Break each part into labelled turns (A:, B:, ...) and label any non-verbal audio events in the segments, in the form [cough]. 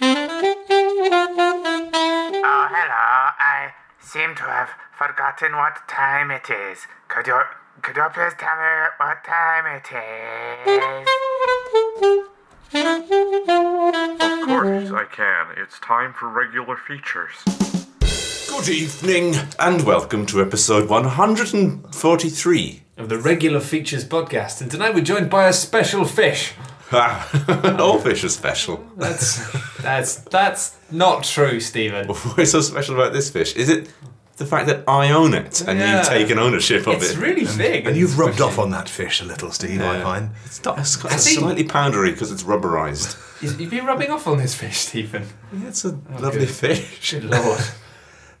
A: Oh, seem to have forgotten what time it is. Could you could you please tell me what time it is?
B: Of course I can. It's time for regular features.
C: Good evening and welcome to episode 143.
D: of the regular features podcast, and tonight we're joined by a special fish.
C: Ah, all fish are special.
D: That's that's that's not true,
C: [laughs]
D: Stephen.
C: What's so special about this fish? Is it the fact that I own it and
D: Yeah.
C: you've taken ownership of
D: It's
C: it?
D: really big.
E: And you've rubbed off on that fish a little, Steve, I find.
C: it's not, it's got-
D: I
C: it's
D: think-
C: slightly powdery because it's rubberized.
D: Is- You've been rubbing off on this fish, Stephen.
C: Yeah, it's a lovely
D: good.
C: fish.
D: Good lord.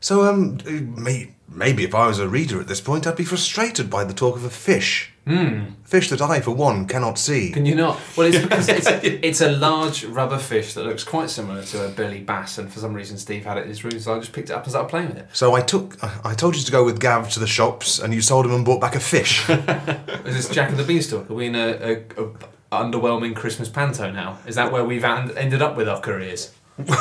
E: So, um, may, maybe if I was a reader at this point, I'd be frustrated by the talk of a fish.
D: Hmm.
E: Fish that I, for one, cannot see.
D: [laughs] Can you not? Well, it's because [laughs] it's, it's a large rubber fish that looks quite similar to a billy bass, and for some reason Steve had it in his room, so I just picked it up and started playing with it.
E: so I took. I I told you to go with Gav to the shops, and you sold him and bought back a
D: [laughs]
E: fish.
D: Is this Jack and the Beanstalk? Are we in a, a, a underwhelming Christmas panto now? Is that where we've an- ended up with our careers?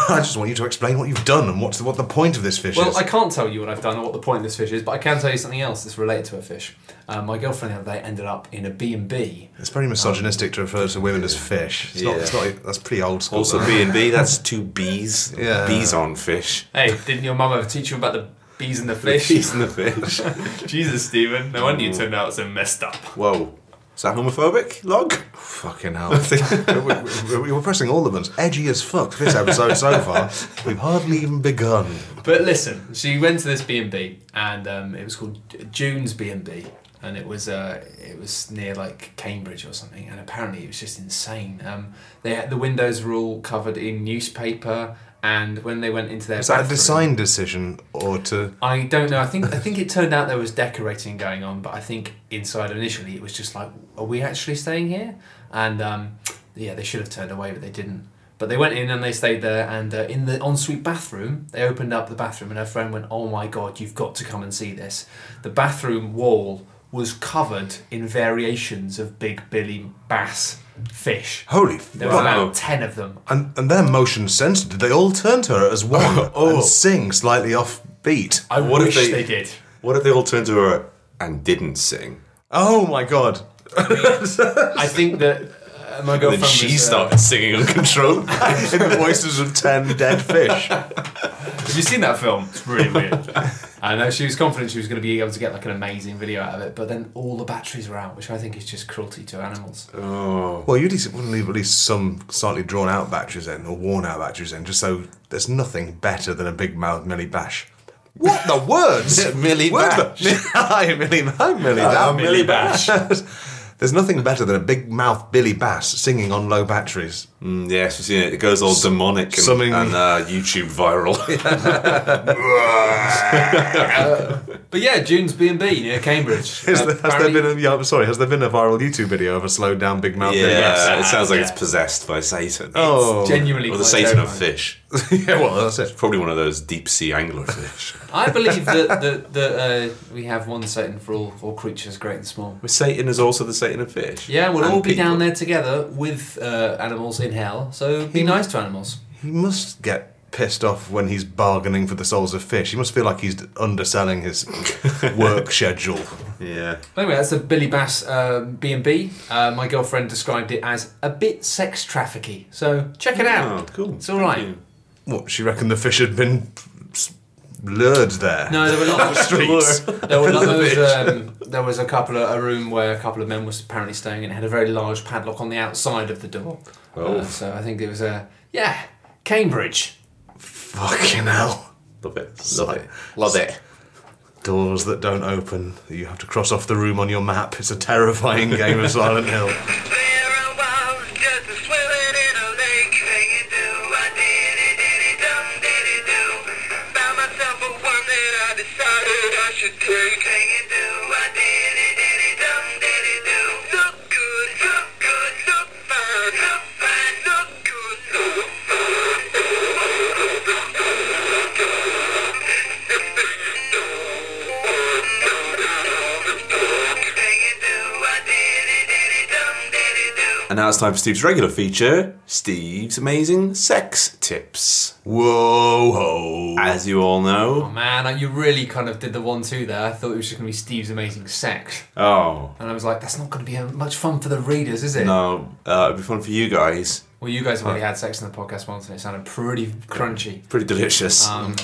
E: I just want you to explain what you've done and what's the, what the point of this fish
D: Well,
E: is.
D: I can't tell you what I've done or what the point of this fish is, but I can tell you something else that's related to a fish. Um, my girlfriend the other day ended up in a B&B.
E: it's very misogynistic to refer to women as fish. It's not. It's
C: Yeah.
E: not. That's pretty old school.
C: [laughs] Also
E: that.
C: B and B. That's two bees.
E: Yeah.
C: Bees on fish.
D: Hey, didn't your mum ever teach you about the bees and the fish?
C: Bees
D: [laughs]
C: in the fish.
D: Jesus, Stephen, no wonder you turned out so messed up.
C: Whoa. Is that homophobic? Log.
E: [laughs] Fucking hell. [laughs] we, we, we were pressing all the buttons. Edgy as fuck this episode so
D: [laughs]
E: far. We've hardly even begun.
D: But listen, she went to this B&B and um, it was called J- June's B&B. And it was uh, it was near like Cambridge or something, and apparently it was just insane. Um, they had, the windows were all covered in newspaper, and when they went into their
E: Is that a
D: bathroom-
E: design decision or to?
D: I don't know. I think I think it turned out there was decorating going on, but I think inside initially it was just like, are we actually staying here? And um, yeah, they should have turned away, but they didn't. But they went in and they stayed there. And uh, in the ensuite bathroom, they opened up the bathroom, and her friend went, "Oh my god, you've got to come and see this." The bathroom wall was covered in variations of big Billy Bass fish.
E: Holy
D: There were
E: fuck!
D: about ten of them.
E: And and they're motion sensitive. They all turn to her as
C: [laughs]
E: one
C: Oh.
E: and sing slightly off beat.
D: I
C: What if
D: wish
C: they-
D: they
C: [laughs]
D: did.
C: What if they all turned to her and didn't sing?
E: Oh my god! [laughs]
D: I think that uh, my girlfriend
C: Then she
D: was, uh,
C: started singing uncontrollably.
E: In the voices of ten dead fish.
D: Have you seen that film? It's really weird. [laughs] I know she was confident she was going to be able to get like an amazing video out of it, but then all the batteries were out, which I think is just cruelty to animals.
C: Oh,
E: Well, you'd at wouldn't leave at least some slightly drawn out batteries in or worn out batteries in, just so there's nothing better than a big mouth Millie Bash. What the
C: [laughs]
E: words?
C: Millie
E: Words- [laughs] Hi, Millie. Hi, Millie. Hi,
C: Millie Bash.
E: [laughs] There's nothing better than a big mouth Billy Bass singing on low batteries.
C: Mm, yes, we've seen it. It goes all demonic and,
E: something-
C: and, [laughs] uh, YouTube viral.
D: But yeah, June's B and B near Cambridge. Uh,
E: [laughs] Is there, has there
D: apparently-
E: been a yeah, I'm sorry? Has there been a viral YouTube video of a slowed down big mouth Billy Bass?
C: yeah, it sounds like it's possessed by Satan.
E: Oh,
D: genuinely
C: or the
D: quite
C: Satan of
D: terrifying.
C: fish.
E: [laughs] yeah. Well, that's it.
C: Probably one of those deep sea angler fish.
D: I believe that that, that uh, we have one Satan for all, all creatures, great and small.
C: [laughs] But Satan is also the Satan of fish.
D: Yeah, we'll
C: And
D: all be
C: people.
D: down there together with uh, animals in hell, so be nice to animals.
E: He must get pissed off when he's bargaining for the souls of fish. He must feel like he's underselling his [laughs] work schedule.
C: Yeah.
D: But anyway, that's the Billy Bass um, B&B. Uh, my girlfriend described it as a bit sex trafficky. So check it out.
C: Oh, cool.
D: It's all right.
E: What she reckoned the fish had been s- lured there.
D: No, there were
C: [laughs]
D: lots of
E: Streets.
D: There were those, um, there was a couple of a room where a couple of men was apparently staying, and it had a very large padlock on the outside of the door.
C: Oh.
D: Uh, so I think it was a yeah, Cambridge.
E: Fucking hell.
C: Love it. Love it. Love it.
E: Doors that don't open. that You have to cross off the room on your map. It's a terrifying game of Silent [laughs] Hill.
F: There I was, just a swimming in a lake, singing do I diddy diddy dum diddy do. Found myself a one that I decided I should take. Singing do I diddy diddy dum diddy do. Look good, look good, look fine, look fine, look good, look fine. Singing do I diddy diddy dum diddy
C: now it's time for Steve's regular feature Steve's Amazing Sex Tips.
E: Whoa ho.
C: As you all
D: Oh
C: know.
D: man, you really kind of did the one two there. I thought it was just gonna be Steve's amazing sex,
C: Oh.
D: and I was like, that's not gonna be uh, much fun for the readers, is it?
C: No, uh, it'd be fun for you guys.
D: Well, you guys have already had sex in the podcast once, and it sounded pretty crunchy.
C: Pretty delicious.
D: Um,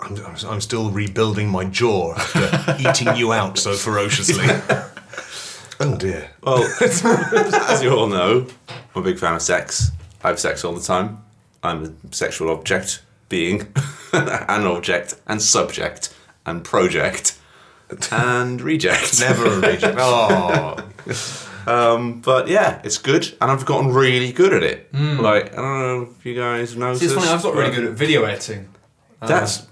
E: I'm, I'm, I'm still rebuilding my jaw after eating you out so ferociously. oh dear.
C: Well, as you all know, I'm a big fan of sex. I have sex all the time. I'm a sexual object, being, [laughs] an object, and subject, and project, and reject.
E: Never a reject. [laughs] Oh.
C: Um, but yeah, it's good, and I've gotten really good at it. Like I don't know if you guys know.
D: Hmm. see, it's funny. I've got really good at video editing.
C: That's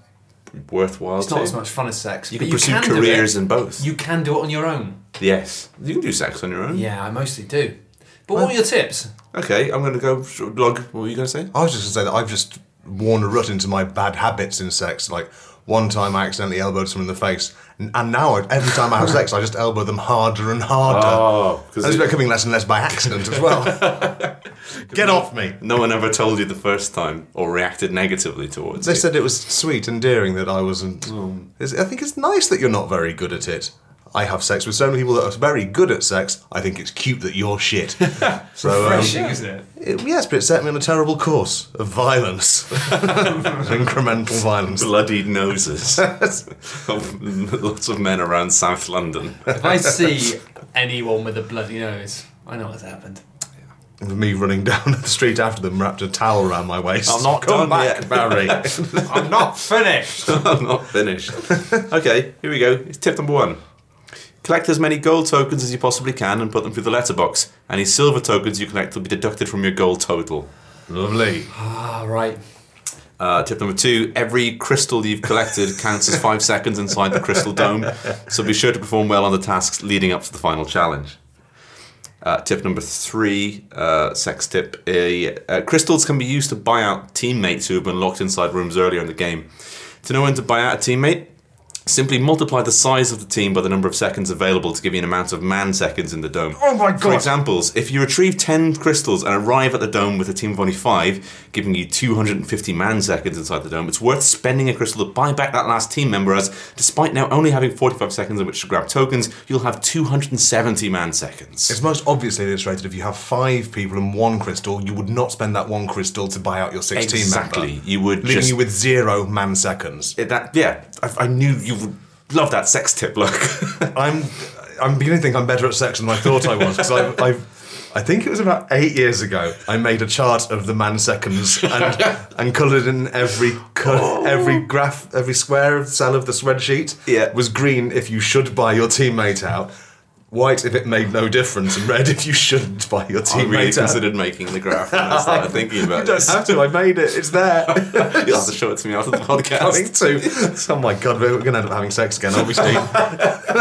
C: worthwhile.
D: It's not
C: too.
D: as much fun as sex.
C: You
D: but
C: can pursue
D: do it.
C: careers in both.
D: You can do it on your own.
C: yes, you can do sex on your own.
D: Yeah, I mostly do. But what are your tips?
C: Okay, I'm gonna go log. What were you gonna say?
E: I was just going to say that I've just worn a rut into my bad habits in sex. Like one time I accidentally elbowed someone in the face, and, and now I, every time I have sex, I just elbow them harder and harder.
C: Oh,
E: and it's
C: because
E: becoming less and less by accident as well. Get off me.
C: no one ever told you the first time or reacted negatively towards
E: They
C: it. Mm.
E: said it was sweet, endearing that I wasn't. It's- I think it's nice that you're not very good at it. I have sex with so many people that are very good at sex. I think it's cute that you're shit.
C: [laughs]
E: so um,
D: Refreshing, isn't it?
E: it- yes, but it set me on a terrible course
C: [laughs]
E: of violence, [laughs] incremental violence.
C: Bloody
E: [laughs]
C: noses of lots of men around South London. [laughs]
D: If I see anyone with a bloody nose, I know what's happened.
E: me running down the street after them, wrapped a towel around my waist.
C: I'm not done
E: Come back,
C: yet. [laughs]
E: Barry.
D: I'm not finished.
C: I'm not finished. okay, here we go. It's tip number one. Collect as many gold tokens as you possibly can and put them through the letterbox. Any silver tokens you collect will be deducted from your gold total.
E: Lovely.
D: [laughs] All right.
C: Uh, tip number two every crystal you've collected counts as five seconds inside the crystal dome, so be sure to perform well on the tasks leading up to the final challenge. Uh, tip number three, uh, sex tip. Uh, uh, crystals can be used to buy out teammates who have been locked inside rooms earlier in the game. To know when to buy out a teammate, simply multiply the size of the team by the number of seconds available to give you an amount of man seconds in the dome.
E: Oh my
C: For
E: God.
C: examples, if you retrieve 10 crystals and arrive at the dome with a team of only five, giving you 250 man seconds inside the dome, it's worth spending a crystal to buy back that last team member as, despite now only having 45 seconds in which to grab tokens, you'll have 270 man seconds.
E: It's most obviously illustrated if you have five people and one crystal, you would not spend that one crystal to buy out your six team
C: Exactly.
E: member.
C: You would
E: Leaving
C: just
E: you with zero man seconds.
C: it- that. Yeah, I, I knew you would love that sex tip look.
E: I'm I'm beginning to think I'm better at sex than I thought I was because I've, I've I think it was about eight years ago I made a chart of the man seconds and,
C: [laughs]
E: and coloured in every co-
C: Oh.
E: every graph every square cell of the spreadsheet
C: Yeah.
E: was green if you should buy your teammate out white if it made no difference and red if you shouldn't buy your
C: I
E: teammate
C: really
E: out
C: considered making the graph when I
E: [laughs]
C: started thinking about
E: you don't
C: this.
E: have to I made it it's there
C: [laughs]
E: [laughs]
C: You'll have to show it to me after the
E: having
C: podcast.
E: to oh my god we're going to end up having sex again obviously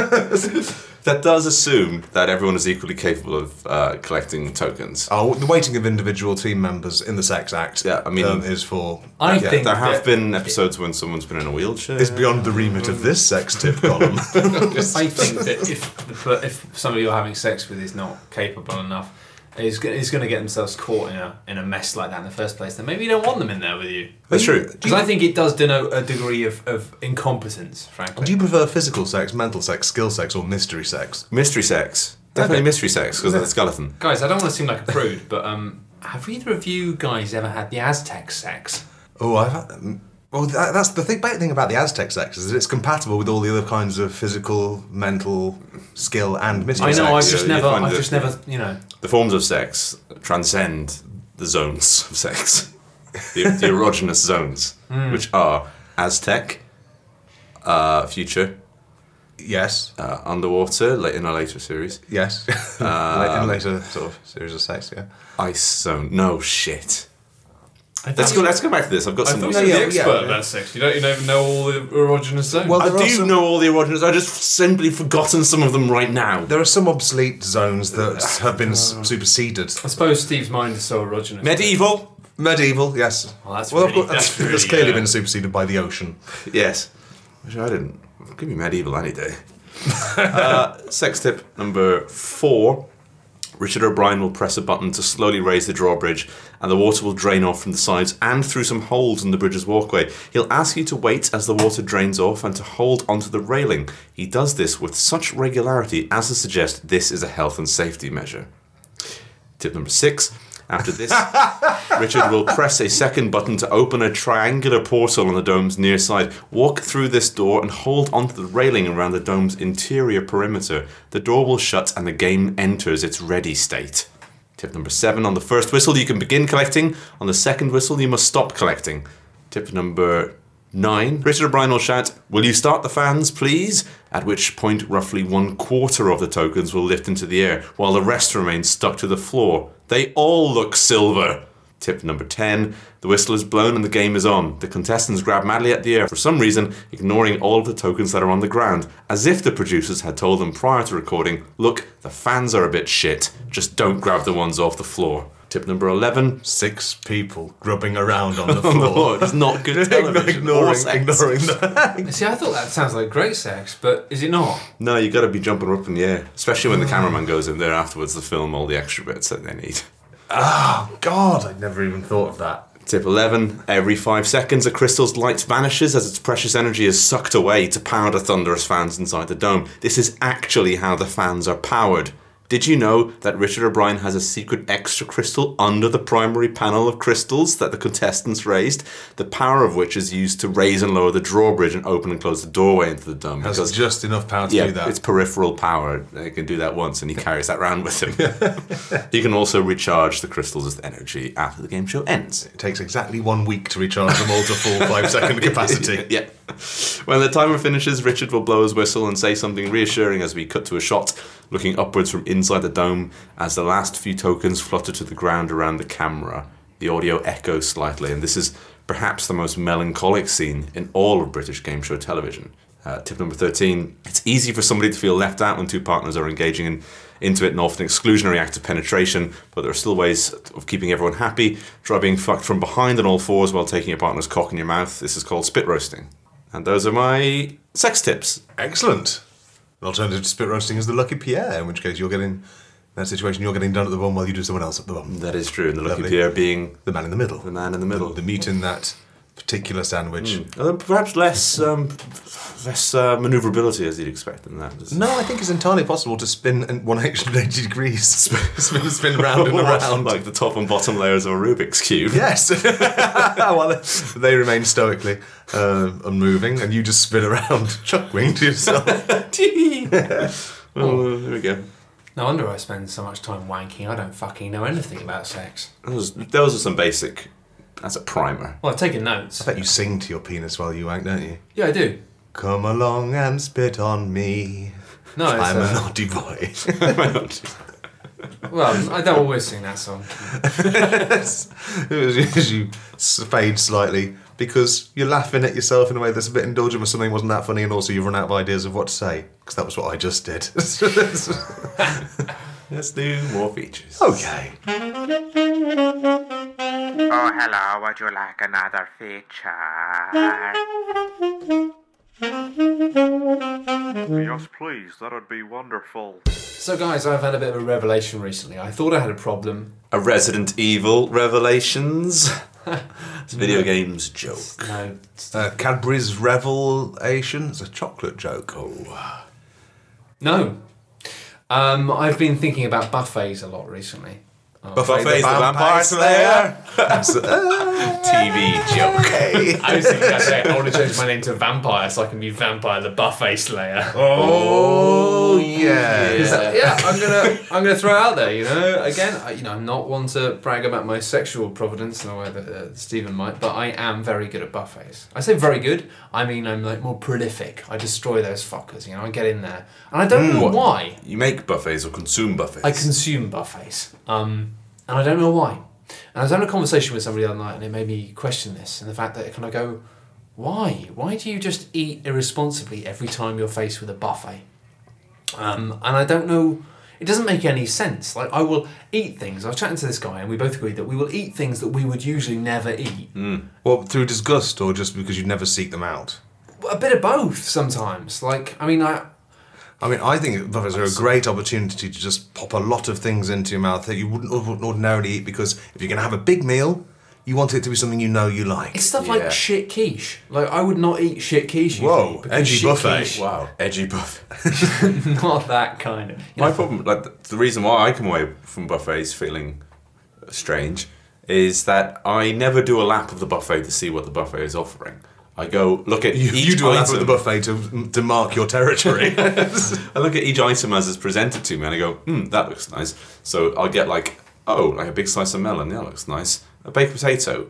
C: That does assume that everyone is equally capable of uh, collecting tokens.
E: Oh, the weighting of individual team members in the sex act.
C: Yeah, I mean-
E: um, is for
D: I
E: yeah,
D: think
C: There have
D: that-
C: been episodes when someone's been in a wheelchair.
E: it's beyond the remit of this sex tip column.
D: I think
E: [laughs]
D: that if the, per- if somebody you're having sex with is not capable enough, is go- is going to get themselves caught in a in a mess like that in the first place, then maybe you don't want them in there with you.
C: That's true.
D: Because I think it does denote a degree of, of incompetence, frankly.
E: Do you prefer physical sex, mental sex, skill sex, or mystery sex?
C: Mystery sex. Definitely
E: Okay.
C: mystery sex because of the skeleton.
D: guys, I don't want to seem like a prude, but um, have either of you guys ever had the Aztec sex?
E: Oh, I've had, mm, well, that, that's the thing, bad thing about the Aztec sex is that it's compatible with all the other kinds of physical, mental, skill, and mystery
D: I
E: sex.
D: know, I've
C: yeah,
D: just
C: you
D: never,
C: find
D: I've
C: that-
D: just never, you know.
C: The forms of sex transcend the zones of sex, the,
E: [laughs]
C: the erogenous zones,
E: Hmm.
C: which are Aztec, uh, Future,
E: Yes,
C: uh, Underwater, late in a later series,
E: yes. [laughs] Like in later sort of series of sex, yeah.
C: Ice Zone. No shit.
D: I
C: Let's go. Let's go back to this. I've got some.
E: you were the expert yeah.
D: about sex. You don't, you don't even know all the erogenous zones.
E: Well,
C: I
E: there are
C: do
E: some-
C: know all the erogenous. I just simply forgotten some of them right now.
E: There are some obsolete zones that have been s- superseded.
D: I suppose Steve's mind is so erogenous.
C: Medieval.
E: Medieval, yes.
D: Well, that's
E: of
D: really-
E: course, [laughs] that's,
D: that's really,
E: that's clearly
D: uh,
E: been superseded by the ocean.
C: Yes. Wish I didn't. [laughs] Give me medieval any day. uh, sex tip number four. Richard O'Brien will press a button to slowly raise the drawbridge, and the water will drain off from the sides and through some holes in the bridge's walkway. He'll ask you to wait as the water drains off and to hold onto the railing. He does this with such regularity as to suggest this is a health and safety measure. Tip number six. After this, Richard will press a second button to open a triangular portal on the dome's near side. Walk through this door and hold onto the railing around the dome's interior perimeter. The door will shut and the game enters its ready state. Tip number seven on the first whistle, you can begin collecting. On the second whistle, you must stop collecting. Tip number nine Richard O'Brien will shout, Will you start the fans, please? At which point, roughly one quarter of the tokens will lift into the air, while the rest remain stuck to the floor. They all look silver. Tip number 10 The whistle is blown and the game is on. The contestants grab madly at the air for some reason, ignoring all of the tokens that are on the ground, as if the producers had told them prior to recording look, the fans are a bit shit, just don't grab the ones off the floor. Tip number 11 [laughs]
E: Six people grubbing around [laughs] on the
C: on the
E: floor.
C: floor. "Oh, It's not
E: [laughs]
C: good
E: ignoring
C: television. or
E: ignoring,
C: sex.
E: ignoring the
D: See, I thought that sounds like great sex, but is it [laughs] not?
C: No, you got to be jumping up in the air, especially
E: [sighs]
C: when the cameraman goes in there afterwards to film all the extra bits that they need.
E: God, I never even thought of that.
C: Tip 11 Every five seconds, a crystal's light vanishes as its precious energy is sucked away to power the thunderous fans inside the dome. This is actually how the fans are powered. Did you know that Richard O'Brien has a secret extra crystal under the primary panel of crystals that the contestants raised? The power of which is used to raise and lower the drawbridge and open and close the doorway into the dome.
E: Has just enough power to
C: yeah,
E: do that.
C: it's peripheral power. They can do that once, and he carries that around with him.
E: [laughs]
C: he can also recharge the crystals with energy after the game show ends.
E: it takes exactly one week to recharge them all to [laughs] full five second capacity.
C: [laughs] Yeah. When the timer finishes, Richard will blow his whistle and say something reassuring as we cut to a shot, looking upwards from inside the dome as the last few tokens flutter to the ground around the camera. The audio echoes slightly, and this is perhaps the most melancholic scene in all of British game show television. Uh, tip number 13 it's easy for somebody to feel left out when two partners are engaging in intimate and often exclusionary act of penetration, but there are still ways of keeping everyone happy. Try being fucked from behind on all fours while taking your partner's cock in your mouth. This is called spit roasting. And those are my sex tips.
E: Excellent. An alternative to spit roasting is the lucky Pierre, in which case you're getting in that situation you're getting done at the bum while you do someone else at the bum.
C: That is true. And the lucky
E: Lovely.
C: Pierre being
E: The man in the middle. Hmm.
C: the man in the middle.
E: The meat in that particular sandwich.
C: Uh, Perhaps less um, less uh, maneuverability as you'd expect than that. [laughs]
E: No, I think it's entirely possible to spin in 180 degrees. [laughs] spin, spin [laughs] round and around.
C: like the top and bottom layers of a Rubik's cube.
E: Yes. [laughs] well, they remain stoically uh, unmoving, and you just spin around, [laughs] chuckling to [laughs] yourself.
C: Well, uh, there we go.
D: No wonder I spend so much time wanking. I don't fucking know anything about sex.
C: Those, those are some basic. That's a primer.
D: Well, I've taken notes.
E: Bet you sing to your penis while you wank, don't you?
D: Yeah, I do.
E: Come along and spit on me.
D: No, it's,
E: I'm a
D: uh,
E: naughty boy. [laughs]
D: well, I don't always sing that song.
E: As you s- fade slightly because you're laughing at yourself in a way that's a bit indulgent, but something wasn't that funny, and also you've run out of ideas of what to say because that was what I just did. [laughs]
C: Let's do more features.
E: okay.
A: Oh, hello, would you like another feature?
B: Yes, please, that would be wonderful.
D: So, guys, I've had a bit of a revelation recently. I thought I had a problem.
C: A Resident Evil Revelations. it's a video games joke.
D: No,
E: Uh, Cadbury's Revelation. It's a chocolate joke. Oh.
D: no. Um, I've been thinking about buffets a lot recently.
E: Buffet,
C: Buffet's the vampire slayer. [laughs] TV joke.
D: I was thinking that day, I want to change my name to Vampire so I can be Vampire the Buffet Slayer.
E: Oh, yeah.
D: yeah, I'm gonna I'm gonna throw it out there. You know, again, I, you know, I'm not one to brag about my sexual providence in a way that uh, Stephen might, but I am very good at buffets. I say very good. I mean, I'm like more prolific. I destroy those fuckers. You know, I get in there, and I don't know why.
C: You make buffets or consume buffets.
D: I consume buffets, um, and I don't know why. And I was having a conversation with somebody the other night, and it made me question this and the fact that it kind of go, why? Why do you just eat irresponsibly every time you're faced with a buffet? Um, and I don't know. It doesn't make any sense. Like I will eat things. I was chatting to this guy, and we both agreed that we will eat things that we would usually never eat.
E: Mm. Well, through disgust or just because you never seek them out?
D: A bit of both sometimes. Like I mean, I
E: I mean, I think buffets are a great opportunity to just pop a lot of things into your mouth that you wouldn't ord- ordinarily eat because if you're going to have a big meal, you want it to be something you know you like.
D: It's stuff
C: Yeah.
D: like shit quiche. Like I would not eat shit quiche. usually,
E: Whoa,
D: because
E: edgy
D: shit
E: buffet.
D: quiche-
C: Wow.
G: Edgy
E: [laughs]
G: buff.
D: [laughs] Not that kind of.
C: My problem, like th- the reason why I come away from buffets feeling strange, is that I never do a lap of the buffet to see what the buffet is offering. I go look at
E: You,
C: each
E: you do a lap
C: item-
E: at the buffet to, to mark
C: [laughs]
E: your territory.
C: I look at each item as it's presented to me and I go, hmm, that looks nice. So I'll get like, oh, like a big slice of melon, that looks nice. A baked potato.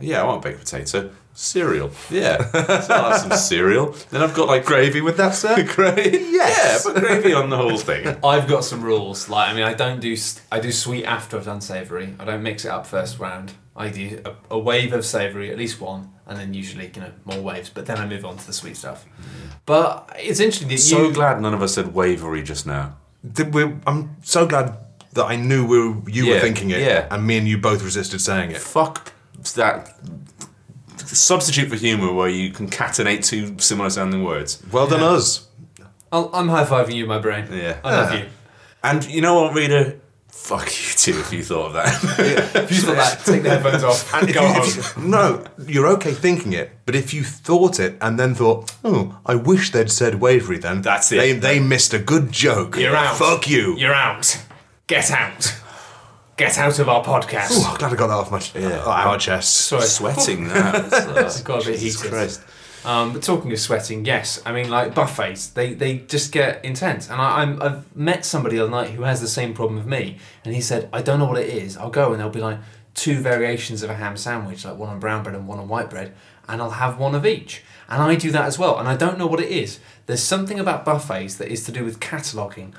C: Yeah, I want a baked potato. Cereal. Yeah. So I'll have some cereal. Then I've got like gravy with that, sir? gravy? Yes. Yeah, but gravy on the whole
D: [laughs]
C: thing.
D: I've got some rules. Like I mean, I don't do s- I do sweet after I've done savoury. I don't mix it up first round. I do a, a wave of savoury, at least one, and then usually you know more waves. But then I move on to the sweet stuff. But it's interesting that
C: So
D: you.
C: glad none of us said wavery just now.
E: Did we- I'm so glad that I knew we were, you
C: Yeah,
E: were thinking it,
C: yeah.
E: and me and you both resisted saying it.
C: Fuck that. Substitute for humour where you concatenate two similar sounding words.
E: Well done, us.
D: I'll, I'm high fiving you, my brain.
C: Yeah.
D: I love you.
E: [laughs]
C: And you know what, reader? Fuck you too if you thought of that.
D: If you thought that, take the headphones off and
E: [laughs]
D: go home.
E: No, you're okay thinking it, but if you thought it and then thought, oh, I wish they'd said wavery then.
C: That's it.
E: They, they missed a good joke.
D: You're out.
E: Fuck you.
D: You're out. Get out. Get out of our podcast.
E: Ooh, I'm glad I got that off my yeah. our chest.
D: Sorry.
C: sweating now. It's
D: got a bit heated.
C: Christ.
D: Um, but talking of sweating, yes, I mean like buffets, they, they just get intense. And I, I'm, I've met somebody the other night who has the same problem with me, and he said, I don't know what it is. I'll go and there'll be like two variations of a ham sandwich, like one on brown bread and one on white bread, and I'll have one of each. And I do that as well, and I don't know what it is. There's something about buffets that is to do with cataloguing.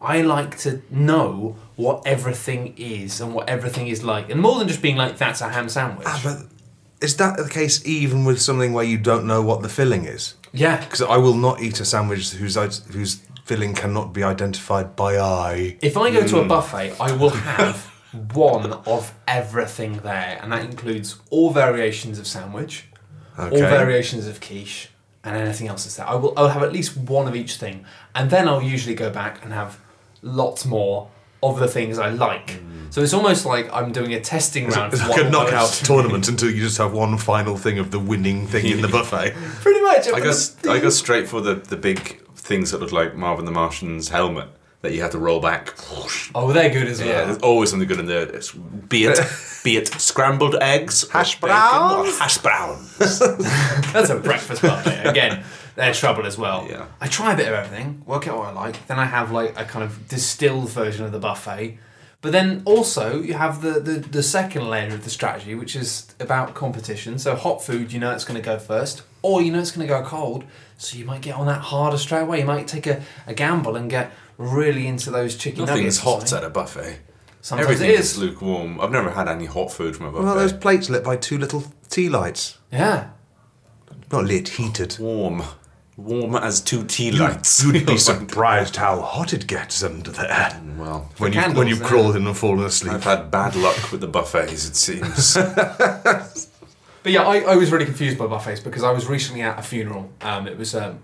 D: I like to know what everything is and what everything is like, and more than just being like, that's a ham sandwich.
E: Ah, But is that the case even with something where you don't know what the filling is?
D: yeah,
E: Because I will not eat a sandwich whose i- whose filling cannot be identified by eye.
D: If I go to a
E: Hmm.
D: buffet, I will have [laughs] one of everything there, and that includes all variations of sandwich, all
E: Okay.
D: variations of quiche, and anything else that's there. I will I'll have at least one of each thing, and then I'll usually go back and have lots more of the things I like. So it's almost like I'm doing a testing round.
E: Hmm. It's
D: for
E: like
D: one
E: a
D: of
E: knockout [laughs]
D: those.
E: tournament until you just have one final thing of the winning thing [laughs] in the
D: [laughs]
E: buffet.
D: Pretty much.
C: I
D: [laughs]
C: guess I go straight for the, the big things that look like Marvin the Martian's helmet that you have to roll back.
D: Oh, they're good as well.
C: Yeah, there's always something good in there. It's, be
E: [laughs]
C: it be it scrambled eggs, hash
E: browns?
C: hash brown.
D: That's a
C: [laughs]
D: breakfast buffet. Again, they're trouble as well.
C: Yeah.
D: I try a bit of everything, work out what I like, then I have like a kind of distilled version of the buffet. But then also you have the, the, the second layer of the strategy, which is about competition. So hot food, you know it's gonna go first, or you know it's gonna go cold. So you might get on that harder straight away. You might take a, a gamble and get really into those chicken nuggets.
C: Nothing's
D: or
C: hot at
D: something.
C: a buffet.
D: Sometimes
C: Everything
D: it
C: is
D: is.
C: lukewarm. I've never had any hot food from a buffet.
E: Well, those plates lit by two little tea lights.
D: Yeah.
E: Not lit, heated.
C: warm, warm as two tea lights. [laughs]
E: You'd be surprised how hot it gets under there.
C: well,
E: When
D: The
E: you when you
D: candles,
E: crawled in and fallen
C: I've
E: asleep.
C: had bad luck with the buffets. It
E: [laughs]
C: seems.
D: But yeah, I, I was really confused by buffets because I was recently at a funeral. Um, it was um,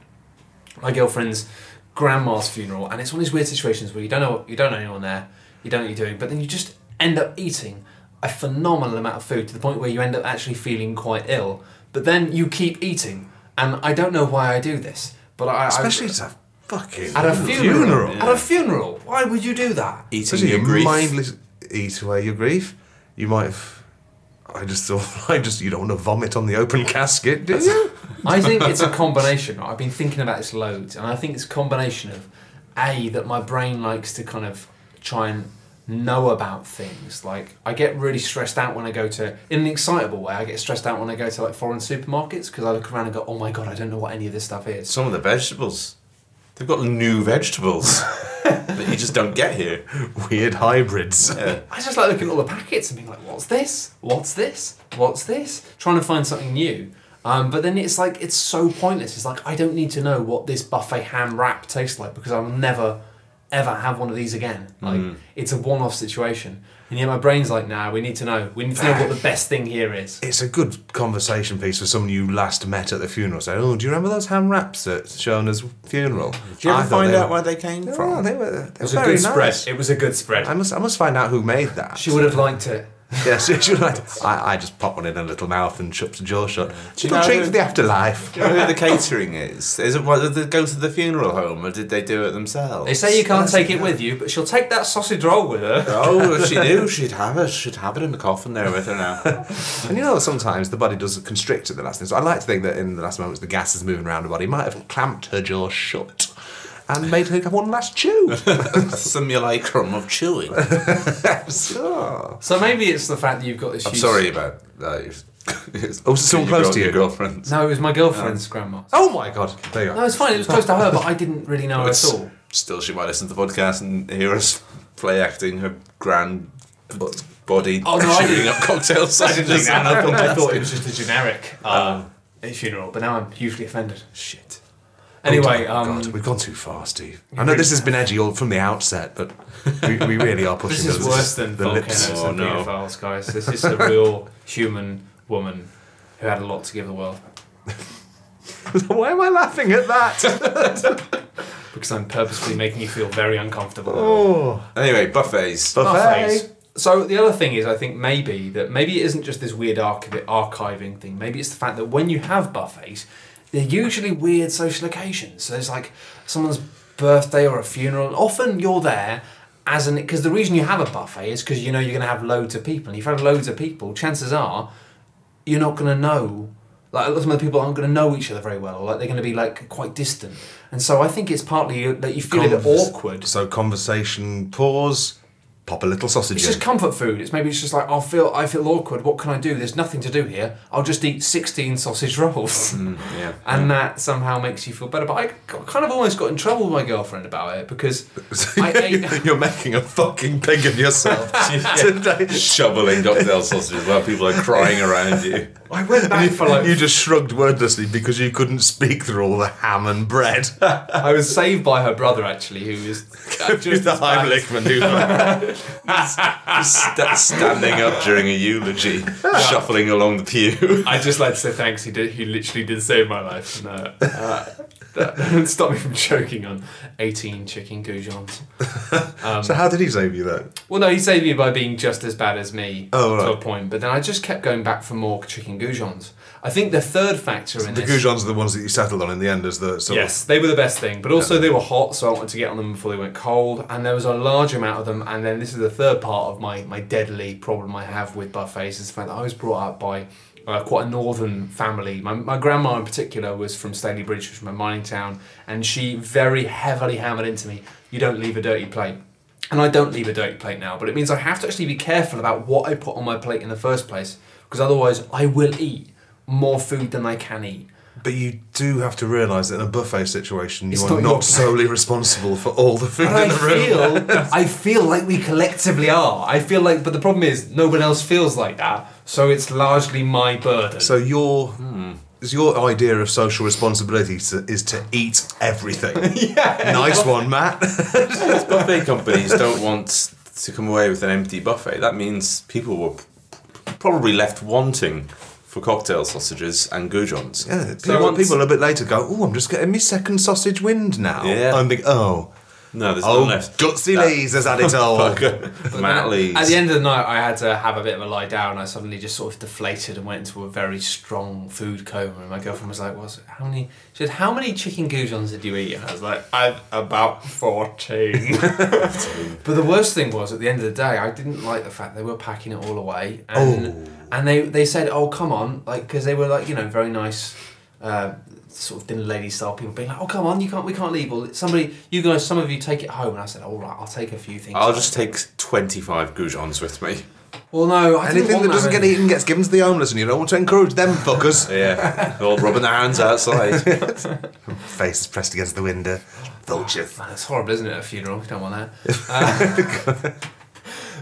D: my girlfriend's grandma's funeral, and it's one of these weird situations where you don't know you don't know anyone there, you don't know what you're doing, but then you just end up eating a phenomenal amount of food to the point where you end up actually feeling quite ill. But then you keep eating, and I don't know why I do this, but I I-
E: Especially it's a fucking
D: at a funeral.
E: funeral.
D: At a funeral, why would you do that?
C: Eating
E: Especially
C: your
E: you
C: grief.
E: mindless eat away your grief. You might have. I just thought. [laughs] I just. You don't want to vomit on the open casket, do you?
D: I think it's a combination. right? I've been thinking about this loads, and I think it's a combination of a that my brain likes to kind of try and know about things. Like I get really stressed out when I go to, in an excitable way, I get stressed out when I go to like foreign supermarkets because I look around and go, "Oh my god, I don't know what any of this stuff is."
C: Some of the vegetables. They've got new [laughs] vegetables that you just don't get here.
E: Weird hybrids.
D: I just like looking at all the packets and being like, "What's this? What's this? What's this?" Trying to find something new. Um, but then it's like it's so pointless. It's like I don't need to know what this buffet ham wrap tastes like because I will never ever have one of these again. Like it's a one-off situation, and yet my brain's like, nah, we need to know. We need to know what the best thing here is.
E: It's a good conversation piece for someone you last met at the funeral. Say, oh, do you remember those ham wraps at Shona's funeral?
C: Do you ever
E: I thought
C: find
E: they
C: out
E: were-
C: where they came
E: Oh,
C: from?
E: they were, they
G: It was
E: were
G: a
E: very
G: good spread.
E: nice.
G: It was a good spread.
E: I must, I must find out who made that.
D: She would have liked it.
E: [laughs] yes, yes, you're right. I, I just pop one in a little mouth and shuts the jaw shut.
C: you
E: Little
C: know
E: treat
C: who-
E: for the afterlife.
C: Do you know who the catering is? Is it what, did they go to the funeral home or did they do it themselves?
D: They say you can't take it with you, but she'll take that sausage roll with her.
C: Oh, if she knew, she'd have it. She'd have it in the coffin there with her now.
E: And you know that sometimes the body does constrict at the last minute. So I like to think that in the last moments the gas is moving around her body. Might have clamped her jaw shut and made her have one
D: [laughs]
E: last chew.
C: Simulacrum of chewing.
E: So-
D: So maybe it's the fact that you've got this.
C: I'm
D: huge-
C: sorry about that. It's- [laughs] it's-
E: Oh, was it someone
C: your
E: close
C: girl-
E: to you?
C: Your girlfriend.
D: No, it was my girlfriend's grandma.
E: Oh my god. There you
D: No,
E: go.
D: it's fine. It was close to her, but I didn't really know her at
C: It's-
D: all.
C: Still, she might listen to the podcast and hear us play acting her grand but body
D: Oh, no, I
C: chewing
D: didn't-
C: up cocktail sausages.
D: [laughs] I thought, I thought it was just a generic um, funeral, but now I'm hugely offended.
E: Shit.
D: Anyway,
E: Oh,
D: um,
E: God, we've gone too far, Steve. I know this has been edgy all from the outset, but we, we really are
D: [laughs]
E: pushing
D: this is
E: those-
D: worse than
E: the lips. [laughs]
D: volcanoes
C: Oh,
D: and
C: no.
D: pedophiles, guys. This is a real human woman who had a lot to give the world
E: Why am I laughing at
D: [laughs]
E: that?
D: because I'm purposefully making you feel very uncomfortable.
E: oh,
C: Anyway, buffets.
E: buffet.
D: Buffets. So the other thing is, I think maybe that maybe it isn't just this weird archi- archiving thing. Maybe it's the fact that when you have buffets, they're usually weird social occasions. So there's like someone's birthday or a funeral, and often you're there as an because the reason you have a buffet is because you know you're going to have loads of people. And if you've had loads of people, chances are you're not going to know. Like a lot of people aren't going to know each other very well, or like they're going to be like quite distant. And so I think it's partly that you feel a bit
E: Convers-
D: awkward.
E: So conversation pause. Pop a little sausage
D: It's
E: in.
D: just comfort food. It's maybe it's just like I feel I feel awkward. What can I do? There's nothing to do here. I'll just eat sixteen sausage rolls,
C: Mm, Yeah.
D: [laughs] and that somehow makes you feel better. But I g- kind of almost got in trouble with my girlfriend about it because I
E: [laughs]
D: ate.
E: You're making a fucking pig of [laughs] yourself today.
C: Shoveling cocktail sausages while people are crying around you.
D: I went back for like
C: [laughs]
E: You just shrugged wordlessly because you couldn't speak through all the ham and [laughs] bread.
D: I was saved by her brother actually, who was
C: [laughs]
E: Just
D: just
E: the Heimlich maneuver. [laughs]
C: Sta- standing up during a eulogy, shuffling along the pew.
D: I just like to say thanks. He did. He literally did save my life. No, uh, that [laughs] stopped me from choking on eighteen chicken goujons.
E: so how did he save you though?
D: Well, no, he saved me by being just as bad as me
E: Oh,
D: to a
E: right.
D: point. But then I just kept going back for more chicken goujons. I think the third factor in
E: The
D: this,
E: goujons are the ones that you settled on in the end as the sort
D: yes, they were the best thing. But also they were hot, so I wanted to get on them before they went cold. And there was a large amount of them. And then this is the third part of my my deadly problem I have with buffets is the fact that I was brought up by. Uh, quite a northern family. My, my grandma in particular was from Staley Bridge, which was my mining town, and she very heavily hammered into me, you don't leave a dirty plate. And I don't leave a dirty plate now, but it means I have to actually be careful about what I put on my plate in the first place, because otherwise I will eat more food than I can eat.
E: of. But you do have to realise that in a buffet situation, you
D: It's
E: are
D: not
E: not,
D: your-
E: solely responsible for all the food
D: And
E: in
D: I
E: the room. [laughs]
D: feel, I feel like we collectively are. I feel like, but the problem is, no one else feels like that, so it's largely my burden.
E: So your is your idea of social responsibility to, is to eat everything. [laughs] yeah. Nice one, Matt.
C: Buffet companies don't want to come away with an empty buffet. That means people were probably left wanting for cocktail sausages and goujons.
E: Yeah,
C: So
E: people,
C: once-
E: people a bit later go, oh, I'm just getting me second sausage wind now.
C: Yeah.
E: I'm thinking, oh,
C: No, there's
E: oh,
C: none left.
E: Gutsy
C: That-
E: Lees
C: [laughs]
E: has had it all.
C: Matt Lees.
D: At the end of the night, I had to have a bit of a lie down. I suddenly just sort of deflated and went into a very strong food coma. And my girlfriend was like, "What's how many?" She said, "How many chicken goujons did you eat?" And I was like, "I've about [laughs] 14. but the worst thing was, at the end of the day, I didn't like the fact they were packing it all away. And, and they they said, "Oh, come on," like because they were like you know very nice. Uh, sort of dinner lady style people being like, "Oh come on, you can't, we can't leave." Or somebody, you guys, some of you take it home, and I said, "All right, I'll take a few things."
C: I'll just take 25 goujons with me.
D: Well, no, I didn't
E: Anything
D: want
E: that doesn't get
D: many.
E: eaten gets given to the homeless, and you don't want to encourage them fuckers.
C: [laughs] Yeah, they're all rubbing their hands outside.
E: Face is pressed against the window. Vultures. [laughs]
D: Man, it's horrible, isn't it? At a funeral, you don't want that. Uh, [laughs]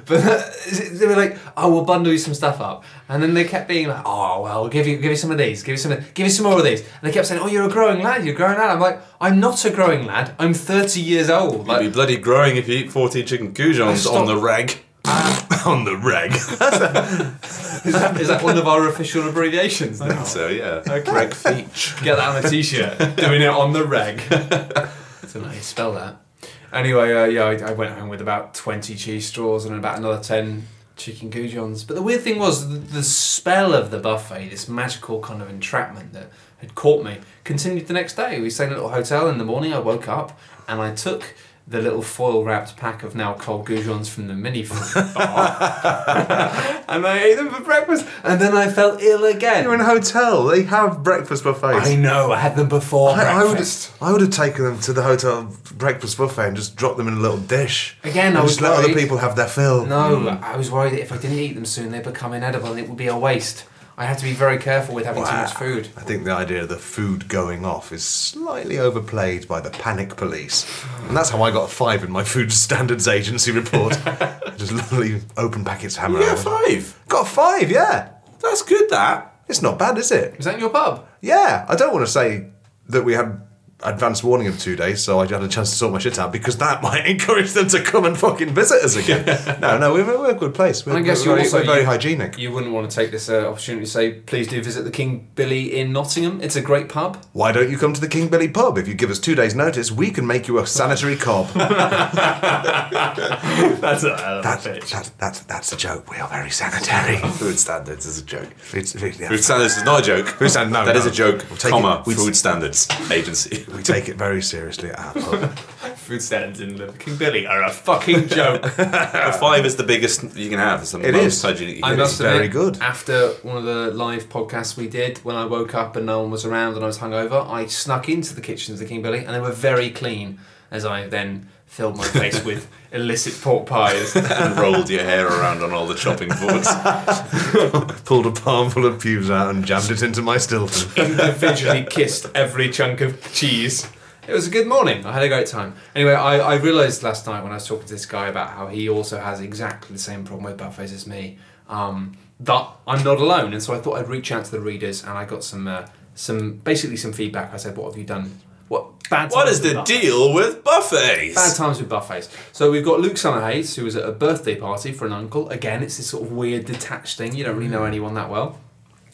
D: But they were like, "Oh, we'll bundle you some stuff up," and then they kept being like, "Oh, well, we'll give you give you some of these, give you some, of- give you some more of these," and they kept saying, "Oh, you're a growing lad, you're a growing lad." I'm like, "I'm not a growing lad. I'm 30 years old."
C: You'd be
D: Like,
C: bloody growing if you eat 14 chicken goujons on
D: stopped-
C: the reg. Ah. [laughs]
E: on the reg.
D: is that, is that one of our official
E: [laughs]
D: abbreviations? now?
C: So, yeah. Reg feach.
D: Get that on a t-shirt. doing it on the reg. I don't know how you spell that. Anyway, uh, yeah, I, I went home with about twenty cheese straws and about another ten chicken goujons. But the weird thing was the, the spell of the buffet, this magical kind of entrapment that had caught me, continued the next day. We stayed in a little hotel in the morning. I woke up and I took. The little foil wrapped pack of now cold goujons from the mini food [laughs] bar, and I ate them for breakfast. And then I felt ill again.
E: You're in a hotel. They have breakfast buffets.
D: I know. I had them before
E: I, I would
D: breakfast.
E: I would have taken them to the hotel breakfast buffet and just dropped them in a little dish.
D: Again,
E: and
D: I was
E: just let other
D: worried.
E: people have their fill.
D: No, Mm. I was worried that if I didn't eat them soon, they'd become inedible and it would be a waste. I have to be very careful with having too much food.
E: I think the idea of the food going off is slightly overplayed by the panic police, and that's how I got a five in my food standards agency report.
D: [laughs]
E: just lovely open packets hammer.
C: Yeah,
E: out.
C: five.
E: Got a five, yeah.
C: That's good, that.
E: It's not bad, is it?
D: Was that in your pub?
E: Yeah, I don't want to say that we had advance warning of two days, so I had a chance to sort my shit out because that [laughs] might encourage them to come and fucking visit us again.
D: [laughs]
E: no, no, we're, we're a good place. We're,
D: And I guess you
E: we're very,
D: also
E: we're very
D: you-
E: hygienic.
D: You wouldn't want to take this uh, opportunity to say, please do visit the King Billy in Nottingham. It's a great pub.
E: Why don't you come to the King Billy pub? If you give us two days' notice, we can make you a
C: [laughs]
E: sanitary cob.
G: That's a hell of a
E: That,
G: pitch.
E: that, that's, that's a joke. We are very sanitary.
C: [laughs] Food standards is a joke.
E: It's- it's- yeah.
C: Food standards is not a joke. Food
E: stand- no,
C: That
E: no.
C: is a joke,
E: We'll take
C: comma,
E: it. We-
C: food standards agency.
E: We take it very seriously at our pub. [laughs]
G: Food standards in the King Billy are a f-
D: Fucking [laughs] joke.
C: A five is [laughs] the biggest you can have. It's the
E: It
C: most
E: is.
C: hygienic you
D: I
C: can
D: must
E: very
D: admit,
E: good.
D: after one of the live podcasts we did, when I woke up and no one was around and I was hungover, I snuck into the kitchens of the King Billy and they were very clean as I then filled my face
E: [laughs]
D: with illicit pork pies.
C: and rolled your hair around on all the [laughs] chopping boards.
E: Pulled a palmful of pubes out and jammed it into my Stilton.
D: individually kissed every chunk of cheese. It was a good morning. I had a great time. Anyway, I, I realised last night when I was talking to this guy about how he also has exactly the same problem with buffets as me, um, that I'm not alone. And so I thought I'd reach out to the readers, and I got some, uh, some basically some feedback. I said, "What have you done? What bad?
C: what
D: times
C: is
D: with
C: the
D: buffets?"
C: deal with buffets?
D: Bad times with buffets. So we've got Luke Summerhayes, who was at a birthday party for an uncle. Again, it's this sort of weird detached thing. You don't really know
C: Mm.
D: anyone that well.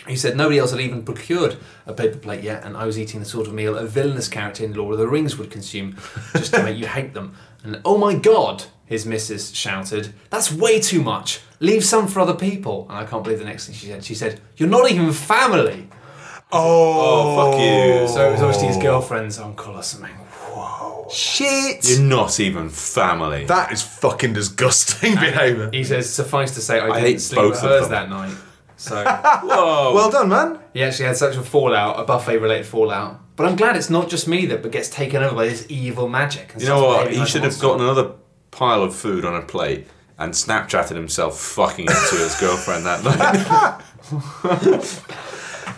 D: He said nobody else had even procured a paper plate yet, and I was eating the sort of meal a villainous character in Lord of the Rings would consume just to make you hate them. And oh my god, his missus shouted, That's way too much. Leave some for other people. And I can't believe the next thing she said. She said, You're not even family.
C: [laughs] Oh, fuck you.
D: So it was obviously
C: Oh.
D: his girlfriend's uncle or something. Whoa.
E: Shit!
C: You're not even family.
E: That is
C: [laughs]
E: fucking disgusting behaviour.
D: He says, suffice to say, I,
C: hate
D: didn't sleep
C: both
D: at
C: of
D: hers
C: them.
D: that night. So
C: [laughs] Oh.
E: Well done, man.
D: he actually had such a fallout, a buffet-related fallout. But I'm glad it's not just me that gets taken over by this evil magic.
C: you know what? He should have gotten another pile of food on a plate and Snapchatted himself fucking it to [laughs] his girlfriend that night.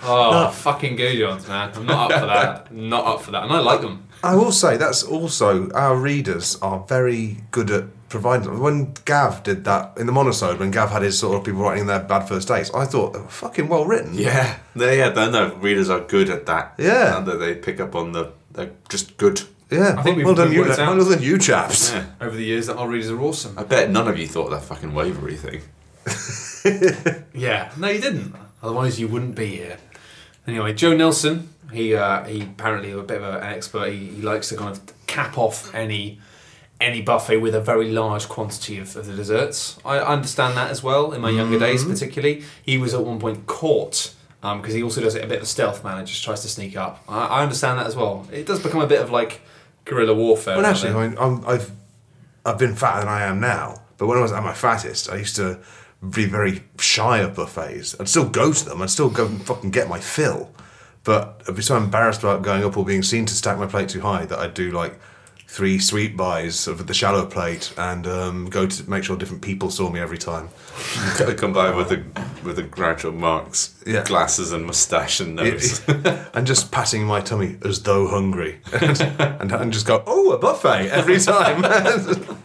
D: Oh, fucking goujons, man! I'm not up for
C: [laughs]
D: that. not up for that. And I like them.
E: I will say that's also our readers are very good at providing. When Gav did that in the monosode, when Gav had his sort of people writing their bad first dates, I thought they were fucking well written.
C: [laughs] yeah, they yeah, no, no, readers are good at that.
E: Yeah.
C: and that they pick up on the they're just good.
E: yeah.
D: I think
E: well,
D: we've-
E: done,
D: we've
E: you.
D: worked out.
E: Well done, you chaps.
C: Yeah.
D: Over the years, that our readers are awesome.
C: I bet none of you thought that fucking wavery thing. [laughs]
D: Yeah. No, you didn't. Otherwise, you wouldn't be here. Anyway, Joe Nelson, he uh, he apparently a bit of a- an expert. He, he likes to kind of cap off any any buffet with a very large quantity of, of the desserts. I understand that as well in my younger
E: Mm.
D: days, particularly. He was at one point caught because he also does it a bit of a stealth manner, just tries to sneak up. I, I understand that as well. It does become a bit of like guerrilla warfare.
E: Well,
D: doesn't
E: actually,
D: it?
E: I mean, I'm, I've I've been fatter than I am now, but when I was at my fattest, I used to be very shy of buffets. I'd still go to them. I'd still go and fucking get my fill, but I'd be so embarrassed about going up or being seen to stack my plate too high that I'd do like three sweet buys of the shallow plate and um, go to make sure different people saw me every time.
C: Gotta come by with the with the Groucho Marx
E: Yeah.
C: glasses and moustache and nose.
E: [laughs] and just patting my tummy as [laughs] though hungry, and, and just go, oh, a buffet every time. [laughs]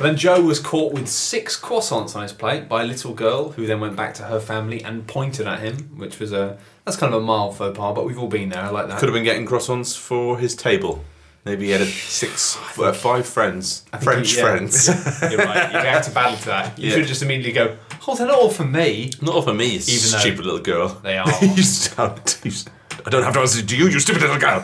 D: But then Joe was caught with six croissants on his plate by a little girl who then went back to her family and pointed at him, which was a that's kind of a mild faux pas, but we've all been there. I like that.
C: Could have been getting croissants for his table. Maybe he had a [sighs] six, uh, five friends,
D: think
C: French
D: he- yeah.
C: friends.
D: [laughs] You're right. You have to battle to that.
C: [laughs]
D: You
C: Yeah.
D: should just immediately go, "Oh, they're not all for me."
C: [laughs] Not all for me,
D: Even though-
C: stupid little girl. [laughs]
D: They [laughs] are.
E: you sound. You, I don't have to answer to you, you stupid little girl.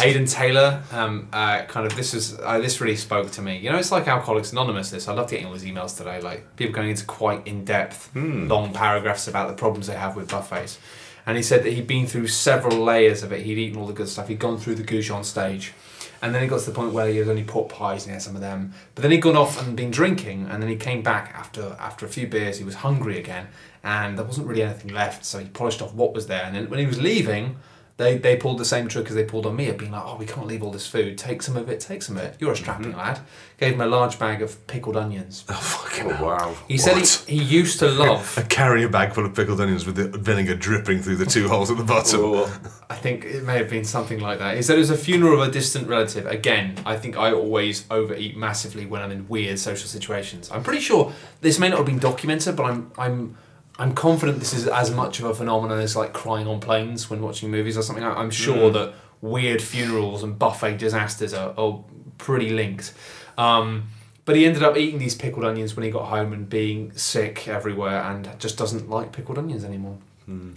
D: Hayden Taylor, um, uh, kind of this is uh, this really spoke to me. You know, it's like Alcoholics Anonymous. This I loved getting all these emails today. Like people going into quite in depth, long paragraphs about the problems they have with buffets. And he said that he'd been through several layers of it. He'd eaten all the good stuff. He'd gone through the goulash on stage, and then he got to the point where he had only pork pies and he had some of them. But then he'd gone off and been drinking, and then he came back after after a few beers. He was hungry again, and there wasn't really anything left. So he polished off what was there. And then when he was leaving, they they pulled the same trick as they pulled on me of being like, oh, we can't leave all this food. Take some of it. Take some of it. You're a strapping lad. Gave him a large bag of pickled onions.
E: Oh, Fucking wow.
D: He said he, he used to
E: [laughs] A
D: love.
E: carrier bag full of pickled onions with the vinegar dripping through the two holes at the bottom.
D: I think it may have been something like that. He said it was a funeral of a distant relative. Again, I think I always overeat massively when I'm in weird social situations. I'm pretty sure this may not have been documented, but I'm I'm I'm confident this is as much of a phenomenon as like crying on planes when watching movies or something. I, I'm sure that weird funerals and buffet disasters are, are pretty linked. Um, but he ended up eating these pickled onions when he got home and being sick everywhere and just doesn't like pickled onions anymore,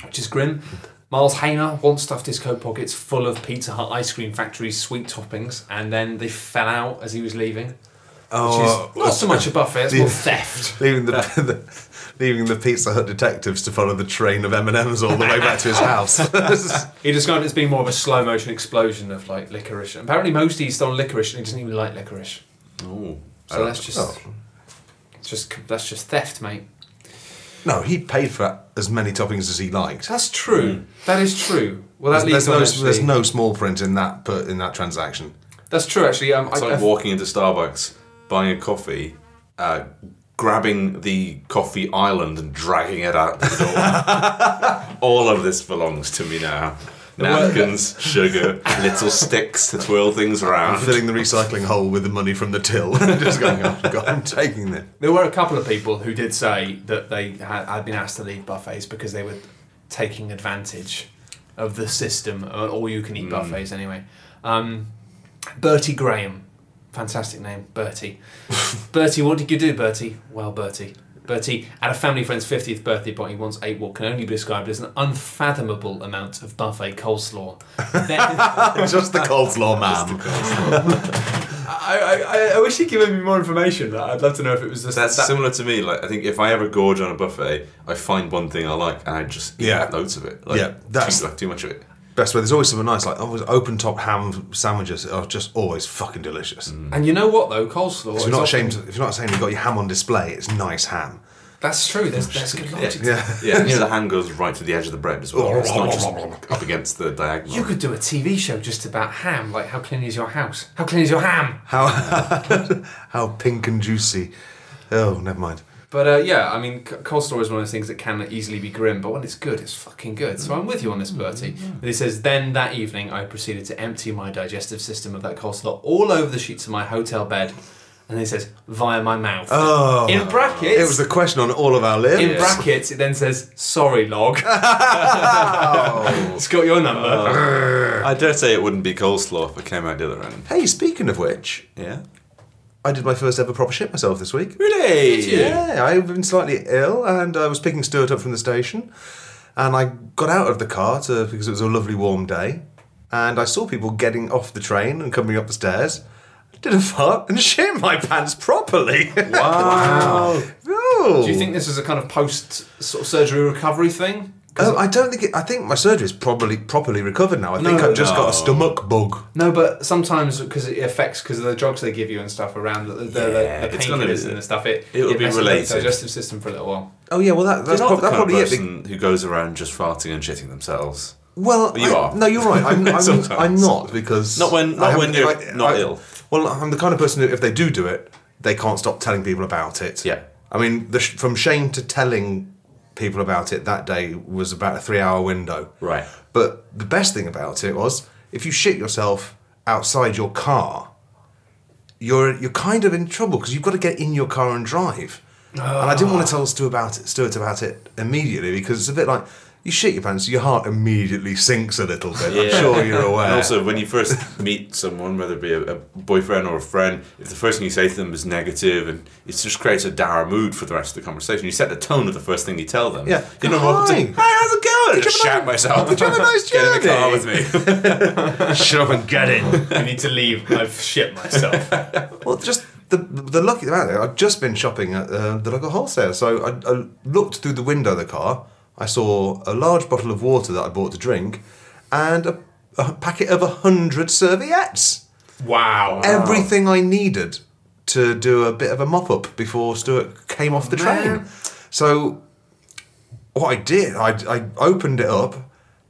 D: which is grim. Miles Hamer once stuffed his coat pockets full of Pizza Hut ice cream factory sweet toppings and then they fell out as he was leaving.
E: Oh,
D: Not so much a buffet, it's
E: the-
D: more theft. [laughs]
E: leaving the, [laughs] the leaving the Pizza Hut detectives to follow the train of M and M's all the way back to his [laughs] house.
D: He described it as being more of a slow motion explosion of like licorice. Apparently, most he's done licorice and he doesn't even like licorice.
C: Oh.
D: So that's just, it's just that's just theft, mate.
E: no, he paid for as many toppings as he liked.
D: That's true. Hmm. That is true. Well, that
E: There's,
D: leads on.
E: no,
D: actually-
E: there's no small print in that per, in that transaction.
D: That's true. Actually, um,
C: It's
D: I,
C: like
D: I-
C: walking into Starbucks, buying a coffee, uh, grabbing the coffee island and dragging it out the
E: [laughs]
C: door. All of this belongs to me now. Napkins, sugar, little sticks to twirl things around.
E: Filling the recycling hole with the money from the till, [laughs] just going, oh, God, I'm taking [laughs] this.
D: there were a couple of people who did say that they had, had been asked to leave buffets because they were taking advantage of the system, uh, all you can eat buffets anyway. Um, Bertie Graham, fantastic name, [laughs] Bertie. Bertie, what did you do, Bertie? Well, Bertie. Bertie, at a family friend's 50th birthday party, once ate what can only be described as an unfathomable amount of buffet [laughs] coleslaw. Then-
E: Just the coleslaw, man.
D: I, I, I wish he'd given me more information. I'd love to know if it was just
C: That's
D: that-
C: similar to me. Like I think if I ever gorge on a buffet, I find one thing I like and I just eat
E: Yeah.
C: loads of it. Like,
E: Yeah, that's-
C: too, like too much of it.
E: Best way. There's always something nice, like always open top ham sandwiches are just always fucking delicious.
D: And you know what though, coleslaw.
E: If
D: is
E: you're not
D: often-
E: ashamed, if you're not ashamed, you've got your ham on display. It's nice ham.
D: That's true. There's, there's good logic. to
E: Yeah.
C: Yeah, and you know, the hand goes right to the edge of the bread as well. It's not just up against the diagonal.
D: You could do a TV show just about ham, like how clean is your house? How clean is your ham?
E: [laughs] How [laughs] how pink and juicy. Oh, never mind.
D: But uh, yeah, I mean, c- coleslaw is one of those things that can easily be grim, but when it's good, it's fucking good. So I'm with you on this, Bertie. And he says, then that evening, I proceeded to empty my digestive system of that coleslaw all over the sheets of my hotel bed. And he says, via my mouth.
E: Oh.
D: In brackets.
E: It was the question on all of our lips.
D: In brackets, it then says, sorry,
E: [laughs]
D: log. [laughs] it's got your number.
E: Oh.
C: I dare say it wouldn't be coleslaw if I came out the other end.
E: hey, speaking of which,
C: Yeah.
E: I did my first ever proper shit myself this week.
C: Really?
E: Yeah, I've been slightly ill, and I was picking Stuart up from the station, and I got out of the car to, because it was a lovely warm day, and I saw people getting off the train and coming up the stairs. I did a fart and shit my pants properly. [laughs]
C: Wow.
E: oh.
D: Do you think this is a kind of post sort of surgery recovery thing?
E: Um, I don't think it, I think my surgery is probably properly recovered now. I think I've just got a stomach bug.
D: No, but sometimes because it affects because of the drugs they give you and stuff around the, the, the-
C: Yeah,
D: the
C: it's gonna be-
D: painkillers and the stuff. It
C: it'll
D: it
C: be
D: messes with
C: related.
D: the digestive system for a little while.
E: Oh yeah, well that, that's
C: You're
E: prob-
C: not the
E: that's
C: kind of
E: probably it.
C: person who goes around just farting and shitting themselves.
E: Well,
C: You
E: I-
C: are.
E: No, you're right.
C: [laughs]
E: I'm, I'm,
C: Sometimes.
E: I'm not because
C: Not when-
E: I
C: not
E: haven't-
C: when you're
E: if
C: not ill.
E: Well, I'm the kind of person who, if they do do it, they can't stop telling people about it.
C: Yeah.
E: I mean, the, sh- from shame to telling people about it that day was about a three-hour window.
C: Right.
E: But the best thing about it was if you shit yourself outside your car, you're you're kind of in trouble because you've got to get in your car and drive. And I didn't
C: Ah.
E: want to tell Stuart about it, Stuart about it immediately because it's a bit like you shit your pants, your heart immediately sinks a little bit. I'm
C: Yeah.
E: sure you're aware.
C: And also, when you first [laughs] meet someone, whether it be a, a boyfriend or a friend, if the first thing you say to them is negative, and it just creates a dour mood for the rest of the conversation, you set the tone of the first thing you tell them.
E: Yeah.
C: you're not welcome to.
E: Hi.
C: Hey, how's it going? I just
E: you have a
C: shat myself.
E: did you have a nice
C: [laughs] Get in the car
E: journey?
C: with
E: [laughs]
C: me.
E: shut up and get in.
G: I need to leave. I've shit myself.
D: [laughs]
E: Well, just the the lucky about it, I've just been shopping at uh, the local wholesaler, so I, I looked through the window of the car. I saw a large bottle of water that I bought to drink, and a, a packet of hundred serviettes.
G: Wow.
C: Ah.
E: Everything I needed to do a bit of a mop up before Stuart came off the train. So what I did, I, I opened it up,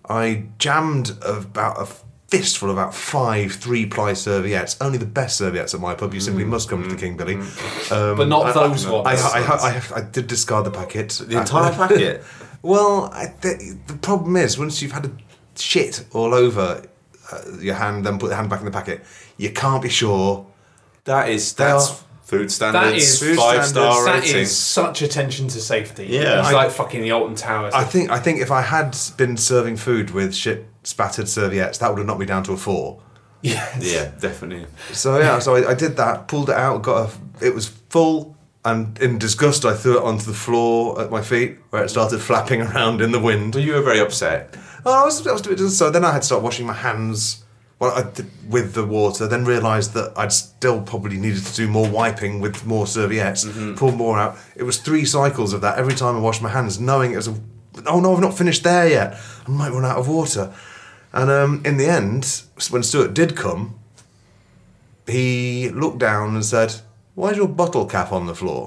E: I jammed about a fistful, of about five three ply serviettes, only the best serviettes at my pub. You simply must come to
C: Mm-hmm.
E: the King Billy. Um,
D: But not those
E: I,
D: ones.
E: I, I, I, I did discard the packet.
C: The
E: [laughs]
C: entire packet.
E: Well, I th- the problem is once you've had a shit all over uh, your hand, then put the hand back in the packet, you can't be sure.
C: That is that's
E: are-
C: food standards.
D: is
E: food
C: five star
E: standards,
D: That
C: rating.
D: is such attention to safety.
C: Yeah.
D: it's
C: I-
D: like fucking the Alton Towers.
E: I think I think if I had been serving food with shit spattered serviettes, that would have knocked me down to a four.
D: [laughs] yeah.
C: yeah, definitely.
E: So yeah, so I, I did that, pulled it out, got a. It was full, and in disgust, I threw it onto the floor at my feet, where it started flapping [laughs] around in the wind.
C: But you were very upset.
E: Oh, I was, I was doing this- so. Then I had to start washing my hands. Well, I did, with the water. Then realised that I'd still probably needed to do more wiping with more serviettes. Pull more out. It was three cycles of that every time I washed my hands, knowing it was a. Oh no, I've not finished there yet. I might run out of water. And um, in the end, when Stuart did come, he looked down and said, "Why's your bottle cap on the floor?"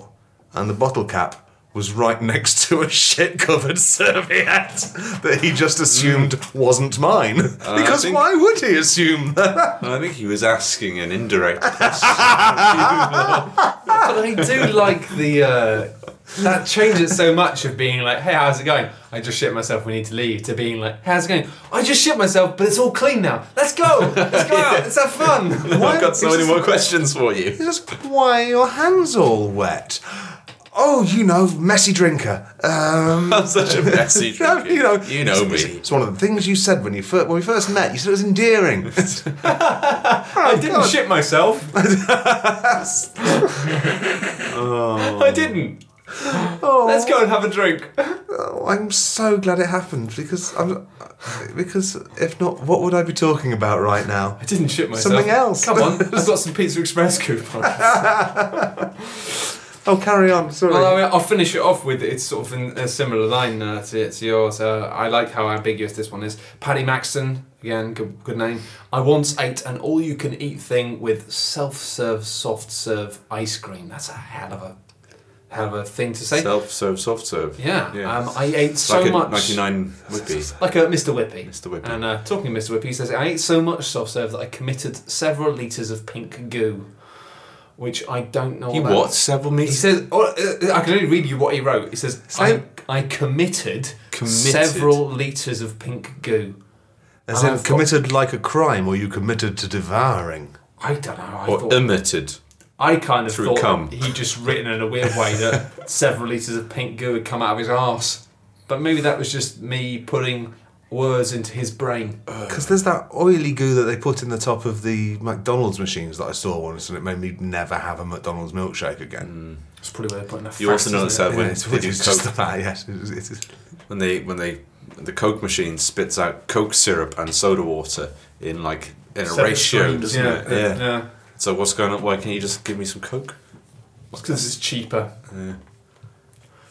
E: And the bottle cap was right [laughs] next to a shit-covered [laughs] serviette that he just assumed wasn't mine. because
C: think-
E: why would he assume that?
C: And I think he was asking an indirect [laughs] question.
D: but I do like the uh, that changes so much of being like, "Hey, how's it going?" I just shit myself. We need to leave. To being like, "How's it going?" I just shit myself, but it's all clean now. Let's go. Let's go out. Let's have
E: [laughs]
D: fun.
C: I've
E: Oh,
C: got so many more questions for you.
E: Just why are your hands all wet? Oh, you know, messy drinker. Um,
C: I'm such a
D: [laughs]
C: messy
E: you know,
C: drinker.
E: you know,
C: you know
E: it's,
C: me.
E: It's one of the things you said when you fir- when we first met. You said it was endearing. [laughs] Oh,
D: I didn't shit myself. I didn't. Let's go and have a drink.
E: Oh, I'm so glad it happened because I'm because if not, what would I be talking about right now?
D: I didn't shit myself.
E: Something else.
D: Come
E: [laughs]
D: on, I've got some Pizza Express coupons.
E: Oh, carry on. Sorry.
D: Well, I- I'll finish it off with it's sort of in a similar line uh, to, to yours. Uh, I like how ambiguous this one is. Paddy Maxton, again, good, good name. I once ate an all you can eat thing with self serve, soft serve ice cream. That's a hell of a hell of a thing to say.
C: Self serve, soft serve.
D: yeah,
C: yeah.
D: Um, I ate
C: It's
D: so
C: like a
D: much.
C: 99 Whippy.
D: Like a Mr. Whippy.
C: Mr. Whippy.
D: And uh, talking of Mr. Whippy, he says, I ate so much soft serve that I committed several litres of pink goo, which I don't know
C: He
D: what that-
C: what? Several
D: he
C: meters?
D: says, oh, uh, I can only read you what he wrote. He says, I, I committed,
C: Committed.
D: several litres of pink goo.
E: As
D: And
E: in
D: I've got-
E: committed like a crime, or you committed to devouring?
D: I don't know. I,
C: Or
D: thought,
C: emitted.
D: I kind of
C: um, through
D: thought
C: cum.
D: he just written in a weird way
C: [laughs]
D: that several litres of pink goo had come out of his arse. But maybe that was just me putting words into his brain.
C: Uh,
E: Because there's that oily goo that they put in the top of the McDonald's machines that I saw once, and it made me never have a McDonald's milkshake again.
D: It's probably where they're putting a
C: You also
D: fact,
C: know
D: isn't
C: that
D: it?
C: when
E: Yeah, it's,
C: they
E: it's
C: do
E: just
C: coke,
E: that. [laughs] Yes, it is- it is.
C: when they when they the Coke machine spits out Coke syrup and soda water in like in a
G: Separate
C: ratio,
G: streams,
C: doesn't
D: yeah,
C: it? Yeah.
D: Yeah.
C: So what's going on? Why can't you just give me some Coke?
D: Because it's cheaper.
C: Yeah.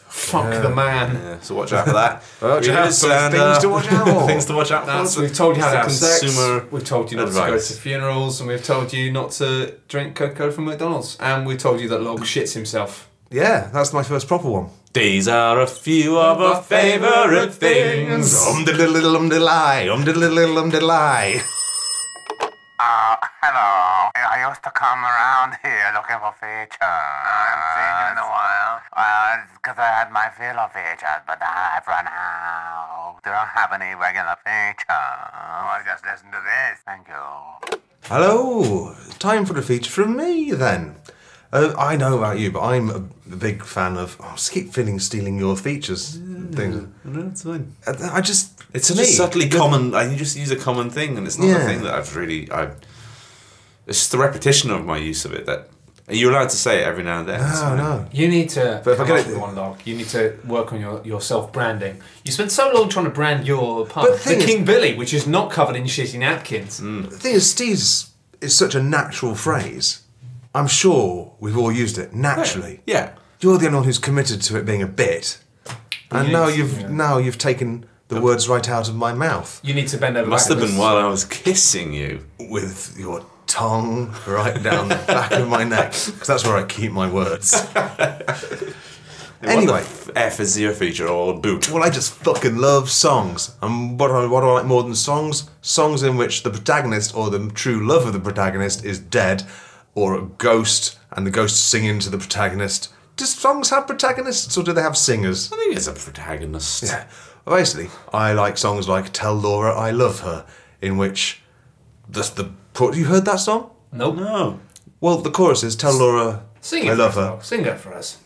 D: Fuck the man.
C: Yeah. So watch out for
D: [laughs]
C: that.
E: Watch out
C: Readers
E: for the
C: and, uh,
E: things to watch
C: [laughs]
E: out for.
C: things to watch out for.
D: That's, we've told you how to have
C: consumer
D: sex. We've told you not to go
C: advice.
D: to funerals, and we've told you not to drink Coca-Cola from McDonald's, and we told you that Log shits himself.
E: Yeah, that's my first proper one.
C: These are a few of our favourite things.
E: Um de little little um de lie, um de little little um de lie.
A: Uh, hello. I used to come around here looking for features. I haven't seen you in a while. Well, because I had my fill of features, but I've run out. They don't have any regular features. Well, just listen to this. Thank you.
E: Hello. Time for a feature from me then. Uh, I know about you, but I'm a big fan of. Oh, I just keep feeling stealing your features. Things.
C: No, it's fine.
E: I I just.
C: It's
E: to
C: just
E: me,
C: subtly
E: good-
C: common. I can just use a common thing, and it's not a
E: Yeah.
C: thing that I've really. I. It's the repetition of my use of it that you're allowed to say it every now and then. It's
E: No,
C: fine.
E: no.
D: You need to
E: But if I
D: come
E: get
D: up
E: it-
D: with one log. You need to work on your, your self branding. You spent so long trying to brand your pub,
E: But the
D: the
E: thing is-
D: King Billy, which is Mm. not covered in shitty napkins.
E: The thing is, Steve's is such a natural phrase. I'm sure we've all used it naturally.
C: Yeah.
E: You're the only one who's committed to it being a bit, and now you've now you've taken the words right out of my mouth
D: You need to bend over.
C: Must have been
D: backwards.
C: while I was kissing you.
E: with your tongue right down the back of my neck because that's where I keep my words. anyway,
C: What the f is your feature or boot?
E: well, I just fucking love songs, and what I, what I like more than songs? Songs in which the protagonist or the true love of the protagonist is dead, or a ghost, and the ghost singing to the protagonist. Do songs have protagonists, or do they have singers?
C: I think it's a protagonist.
E: Yeah. Well, basically, I like songs like "Tell Laura I Love Her," in which the the pro- you heard that song.
D: Nope.
C: No.
E: Well, the chorus is "Tell Laura
D: Sing it
E: I
D: for
E: love
D: us,
E: her."
D: log. Sing it for us.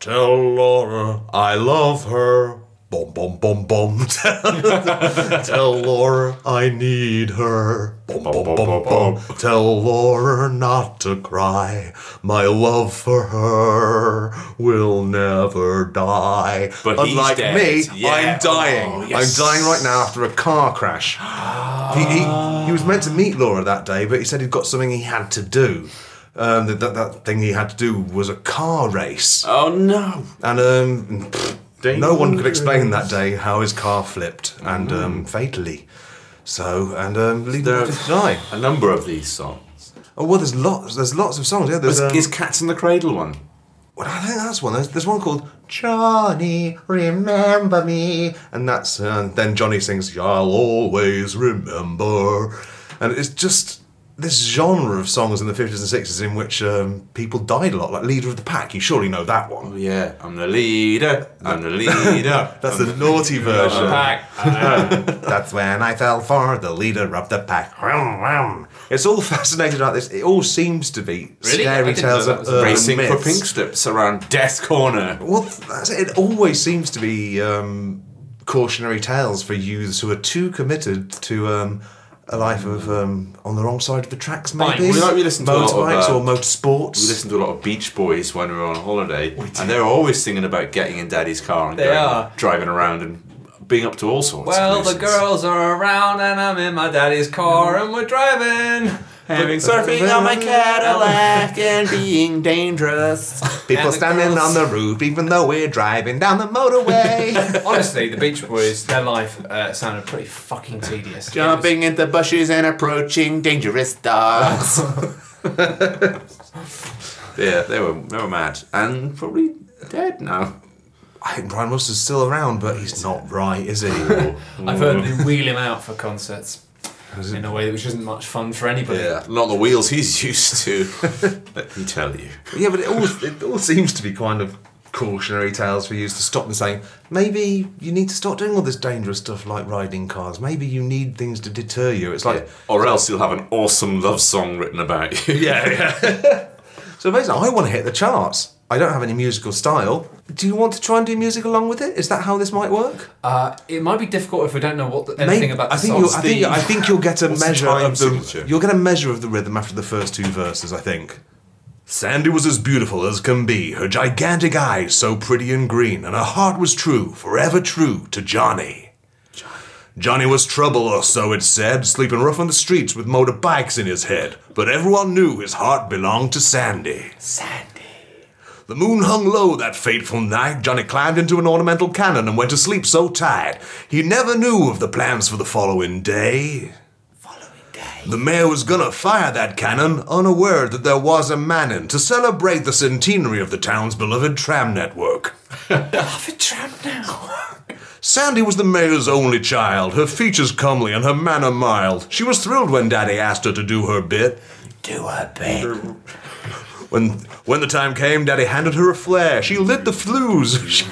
E: Tell Laura I love her. Bom bom bom bom. [laughs] Tell Laura I need her. Bom bom bom bom. bom. Tell Laura not to cry. My love for her will never die.
C: But he's
E: Unlike
C: dead.
E: me,
C: Yeah.
E: I'm dying.
C: Oh, yes.
E: I'm dying right now after a car crash. he, he, he was meant to meet Laura that day, but he said he'd got something he had to do. Um, that, that, that thing he had to do was a car race.
C: Oh no.
E: And um, pfft, no one could explain that day how his car flipped and um, fatally. So and um, leave
C: Mm. There
E: him to die.
C: A number of these songs.
E: Oh well, there's lots. There's lots of songs. Yeah, there's. Um,
C: is Cats in the Cradle one?
E: well, I think that's one. There's, there's one called Johnny, remember me, and that's uh, then Johnny sings "I'll always remember," and it's just this genre of songs in the fifties and sixties in which um, people died a lot, like Leader of the Pack. You surely know that one.
C: Oh yeah. I'm the leader. I'm
E: [laughs]
C: the leader.
E: That's the naughty version.
D: Back.
E: That's when I fell for the leader of the pack. Vroom, vroom. It's all [laughs] fascinating like this. It all seems to be
D: Really? I
E: scary
D: didn't know
E: tales
D: that
E: of
D: was
E: urban
C: Racing for
E: myths.
C: pink slips around Death Corner.
E: Well, th- that's it. It always seems to be um, cautionary tales for youths who are too committed to um, a life of um, on the wrong side of the tracks,
D: Bikes.
E: maybe.
D: We
C: like- we listen to a lot of,
E: motorbikes
C: uh,
E: or motorsports.
C: We listened to a lot of Beach Boys when we were on holiday, and they're always singing about getting in Daddy's car and
D: They
C: going,
D: are.
C: driving around and being up to all sorts.
D: Well,
C: of
D: the
C: nuisance.
D: girls are around, and I'm in my daddy's car, and we're driving.
C: having surfing on my
D: [laughs]
C: Cadillac and being dangerous.
E: People
D: and the
E: standing
D: girls.
E: on the roof, even though we're driving down
D: [laughs]
E: the motorway.
D: Honestly, the Beach Boys, their life uh, sounded pretty fucking tedious.
C: Jumping into bushes and approaching dangerous
D: [laughs]
C: dogs. [laughs] yeah, they were they were mad and probably dead now.
E: I think Brian Wilson's still around, but he's not right, is [laughs] he?
D: I've heard they wheel him out for concerts in a way which isn't much fun for anybody.
C: Yeah, not the wheels he's [laughs] used to. Let me tell you.
E: Yeah, but it all it all seems to be kind of cautionary tales for you to stop and saying maybe you need to stop doing all this dangerous stuff like riding cars. Maybe you need things to deter you. It's like
C: Or else you'll have an awesome love song written about you.
E: yeah, yeah. [laughs] so basically, I want to hit the charts. I don't have any musical style. Do you want to try and do music along with it? Is that how this might work?
D: Uh, it might be difficult if we don't know what the, anything about the
E: I think
D: songs.
E: you'll, I think I think you'll get a
C: the
E: measure
C: time
E: of the
C: signature?
E: you'll get a measure of the rhythm after the first two verses. I think. Sandy was as beautiful as can be, her gigantic eyes so pretty and green, and her heart was true, forever true to Johnny. Johnny was trouble, or so it said, sleeping rough on the streets with motorbikes in his head. But everyone knew his heart belonged to Sandy. The moon hung low that fateful night. Johnny climbed into an ornamental cannon and went to sleep so tired. He never knew of the plans for the following day. Following day. The mayor was gonna fire that cannon, unaware that there was a Manning to celebrate the centenary of the town's beloved tram network. Sandy was the mayor's only child, her features comely and her manner mild. She was thrilled when Daddy asked her to do her bit. Do her bit. When when the time came, Daddy handed her a flare. [laughs] She lit the flues. She,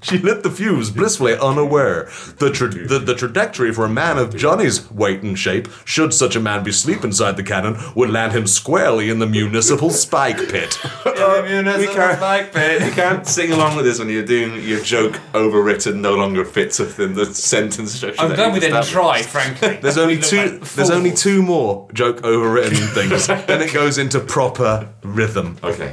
E: she lit the fuse, blissfully unaware. The, tra- the, the trajectory for a man of Johnny's weight and shape, should such a man be asleep inside the cannon, would land him squarely in the municipal spike pit.
C: we can't, you can't sing along with this when you're doing your joke overwritten, no longer fits within the sentence structure.
D: I'm
C: that
D: glad
C: you've
D: we didn't
C: established.
D: try, frankly.
E: There's only two. there's only two more joke overwritten things. then it goes into proper rhythm.
C: Okay.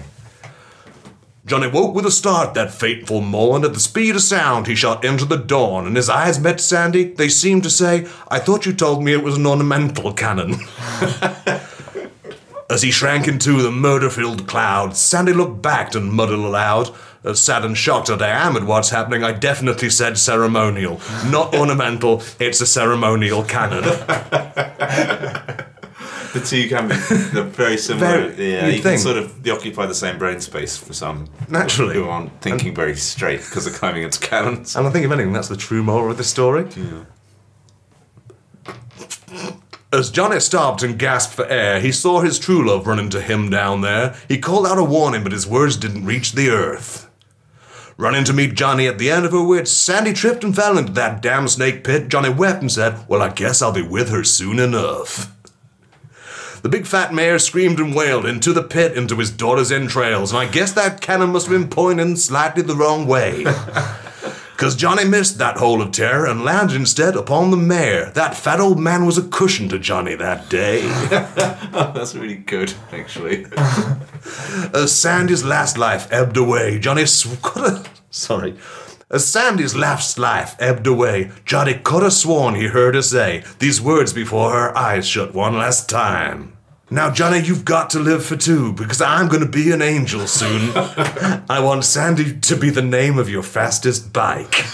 E: Johnny woke with a start that fateful morn. At the speed of sound, he shot into the dawn, and his eyes met Sandy. They seemed to say, I thought you told me it was an ornamental cannon. [laughs] As he shrank into the murder filled cloud, Sandy looked back and muttered aloud. As sad and shocked as I am at what's happening, I definitely said ceremonial. Not ornamental, it's a ceremonial cannon.
C: The two can be they're very similar.
E: Very-
C: yeah,
E: you'd
C: you can
E: think.
C: sort of they occupy the same brain space for some
E: Naturally.
C: who aren't thinking very straight because they're climbing into cannons.
E: And I think, if anything, that's the true moral of the story. As Johnny stopped and gasped for air, he saw his true love running to him down there. He called out a warning, but his words didn't reach the earth. Running to meet Johnny at the end of her wits, Sandy tripped and fell into that damn snake pit. Johnny wept and said, Well, I guess I'll be with her soon enough. The big fat mare screamed and wailed into the pit, into his daughter's entrails, and I guess that cannon must have been pointing slightly the wrong way. [laughs] Because Johnny missed that hole of terror and landed instead upon the mare. That fat old man was a cushion to Johnny that day.
C: That's really good, actually.
E: As Sandy's last life ebbed away, Johnny [laughs] sw- could have. Sorry. As Sandy's last life ebbed away, Johnny could have sworn he heard her say these words before her eyes shut one last time. Now, Johnny, you've got to live for two because I'm going to be an angel soon. I want Sandy to be the name of your fastest bike.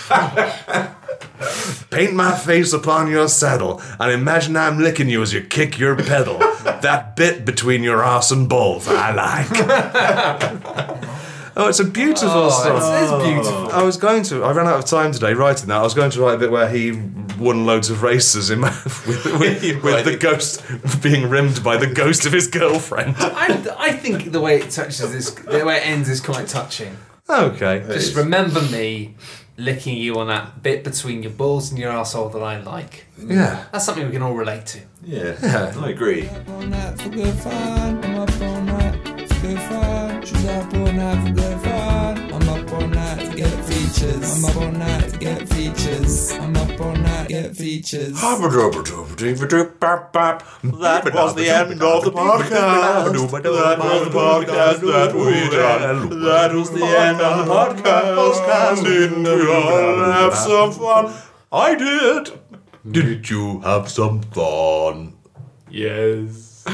E: Paint my face upon your saddle and imagine I'm licking you as you kick your pedal. that bit between your arse and balls I like. oh, it's a beautiful song.
D: Oh, it's
E: [laughs]
D: beautiful.
E: I was going to. I ran out of time today writing that. I was going to write a bit where he won loads of races in my, with, with, with the ghost being rimmed by the ghost of his girlfriend.
D: I, I think the way it touches this, the way it ends is quite touching.
E: Okay.
D: Just remember me licking you on that bit between your balls and your asshole that I like.
E: Yeah.
D: That's something we can all relate to.
C: Yeah, I agree.
H: all night for good fun. I'm up all night for good fun. She's up all night for good fun. I'm up all night to get features. I'm up all night to get features. I'm up all night to get features.
C: That was the end of the podcast. That was the podcast that we done. That was the end of the podcast. Didn't we all have some fun?
E: I did. Did you have some fun?
G: Yes.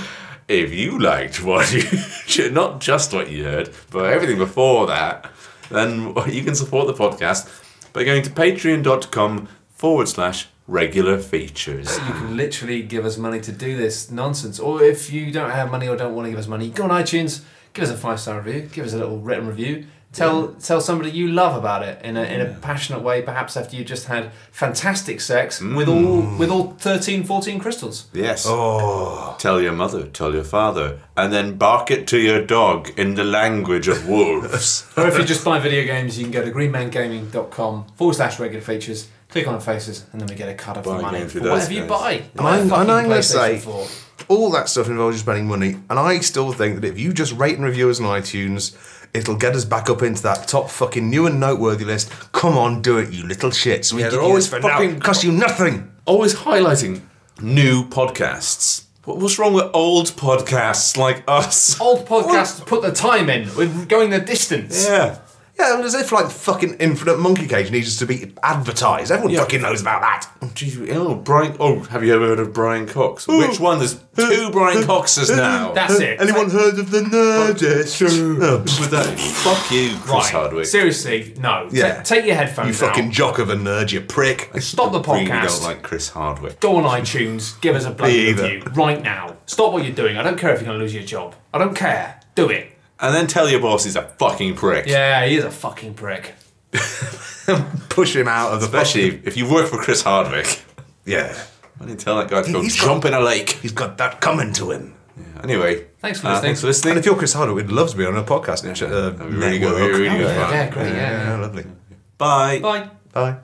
C: If you liked what you, [laughs] not just what you heard, but everything before that, then [laughs] you can support the podcast by going to patreon.com forward slash regular features.
D: You can literally give us money to do this nonsense. Or if you don't have money or don't want to give us money, go on iTunes, give us a five star review, give us a little written review. Tell tell somebody you love about it in a, in a passionate way, perhaps after you just had fantastic sex with all with all 13, 14 crystals.
C: Yes. Oh. Tell your mother, tell your father, and then bark it to your dog in the language of
E: [laughs]
C: wolves.
D: Or if you just buy video games, you can go to greenmangaming.com forward slash regular features, click on faces, and then we get a cut of the
C: Buy
D: money
C: games
D: for
C: with
D: whatever
C: those guys.
D: you buy.
E: I'm-
D: Buy a
E: and I'm
D: fucking
E: gonna
D: PlayStation
E: say-
D: 4.
E: All that stuff involves you spending money, and I still think that if you just rate and review us on iTunes, it'll get us back up into that top fucking new and noteworthy list. Come on, do it, you little shits. We
C: Yeah,
E: give
C: they're
E: you
C: always
E: this for now.
C: fucking-
E: Cost you nothing.
C: Always highlighting new podcasts. What- What's wrong with old podcasts like us?
D: Old podcasts put the time in. We're going the
C: [laughs]
D: distance.
C: Yeah.
E: Yeah, and as if like fucking Infinite Monkey Cage needs to be advertised. Everyone fucking knows about that.
C: Geez, oh, Brian. Oh, have you ever heard of Brian Cox? Which one? There's
D: [laughs]
C: two Brian Coxes now.
D: That's it.
E: Anyone heard of the Nerdist?
C: With
D: [laughs]
C: that, fuck you, Chris Hardwick.
D: Seriously, no.
E: Yeah.
D: Ta- take your headphones
E: you fucking
D: out.
E: jock of a nerd, you prick.
D: Stop the
C: Really
D: podcast.
C: don't like Chris Hardwick.
D: Go on iTunes. Give us a bloody
E: Me either.
D: review right now. Stop what you're doing. I don't care if you're going to lose your job. I don't care. Do it.
C: And then tell your boss he's a fucking prick.
D: Yeah, he is a fucking prick.
E: Push him out of the
C: Especially if you work for Chris Hardwick. [laughs]
E: Yeah.
C: I didn't tell that guy to go
E: He's got-
C: jump in a lake.
E: He's got that coming to him.
C: Anyway,
D: Thanks for
C: uh,
D: listening.
C: thanks for listening.
E: And if you're Chris Hardwick, we'd love to be on a podcast. uh,
C: That'd be really good.
E: network.
C: Really good.
D: Yeah, great.
E: Yeah,
D: yeah.
E: lovely.
I: Bye.
J: Bye.
C: Bye.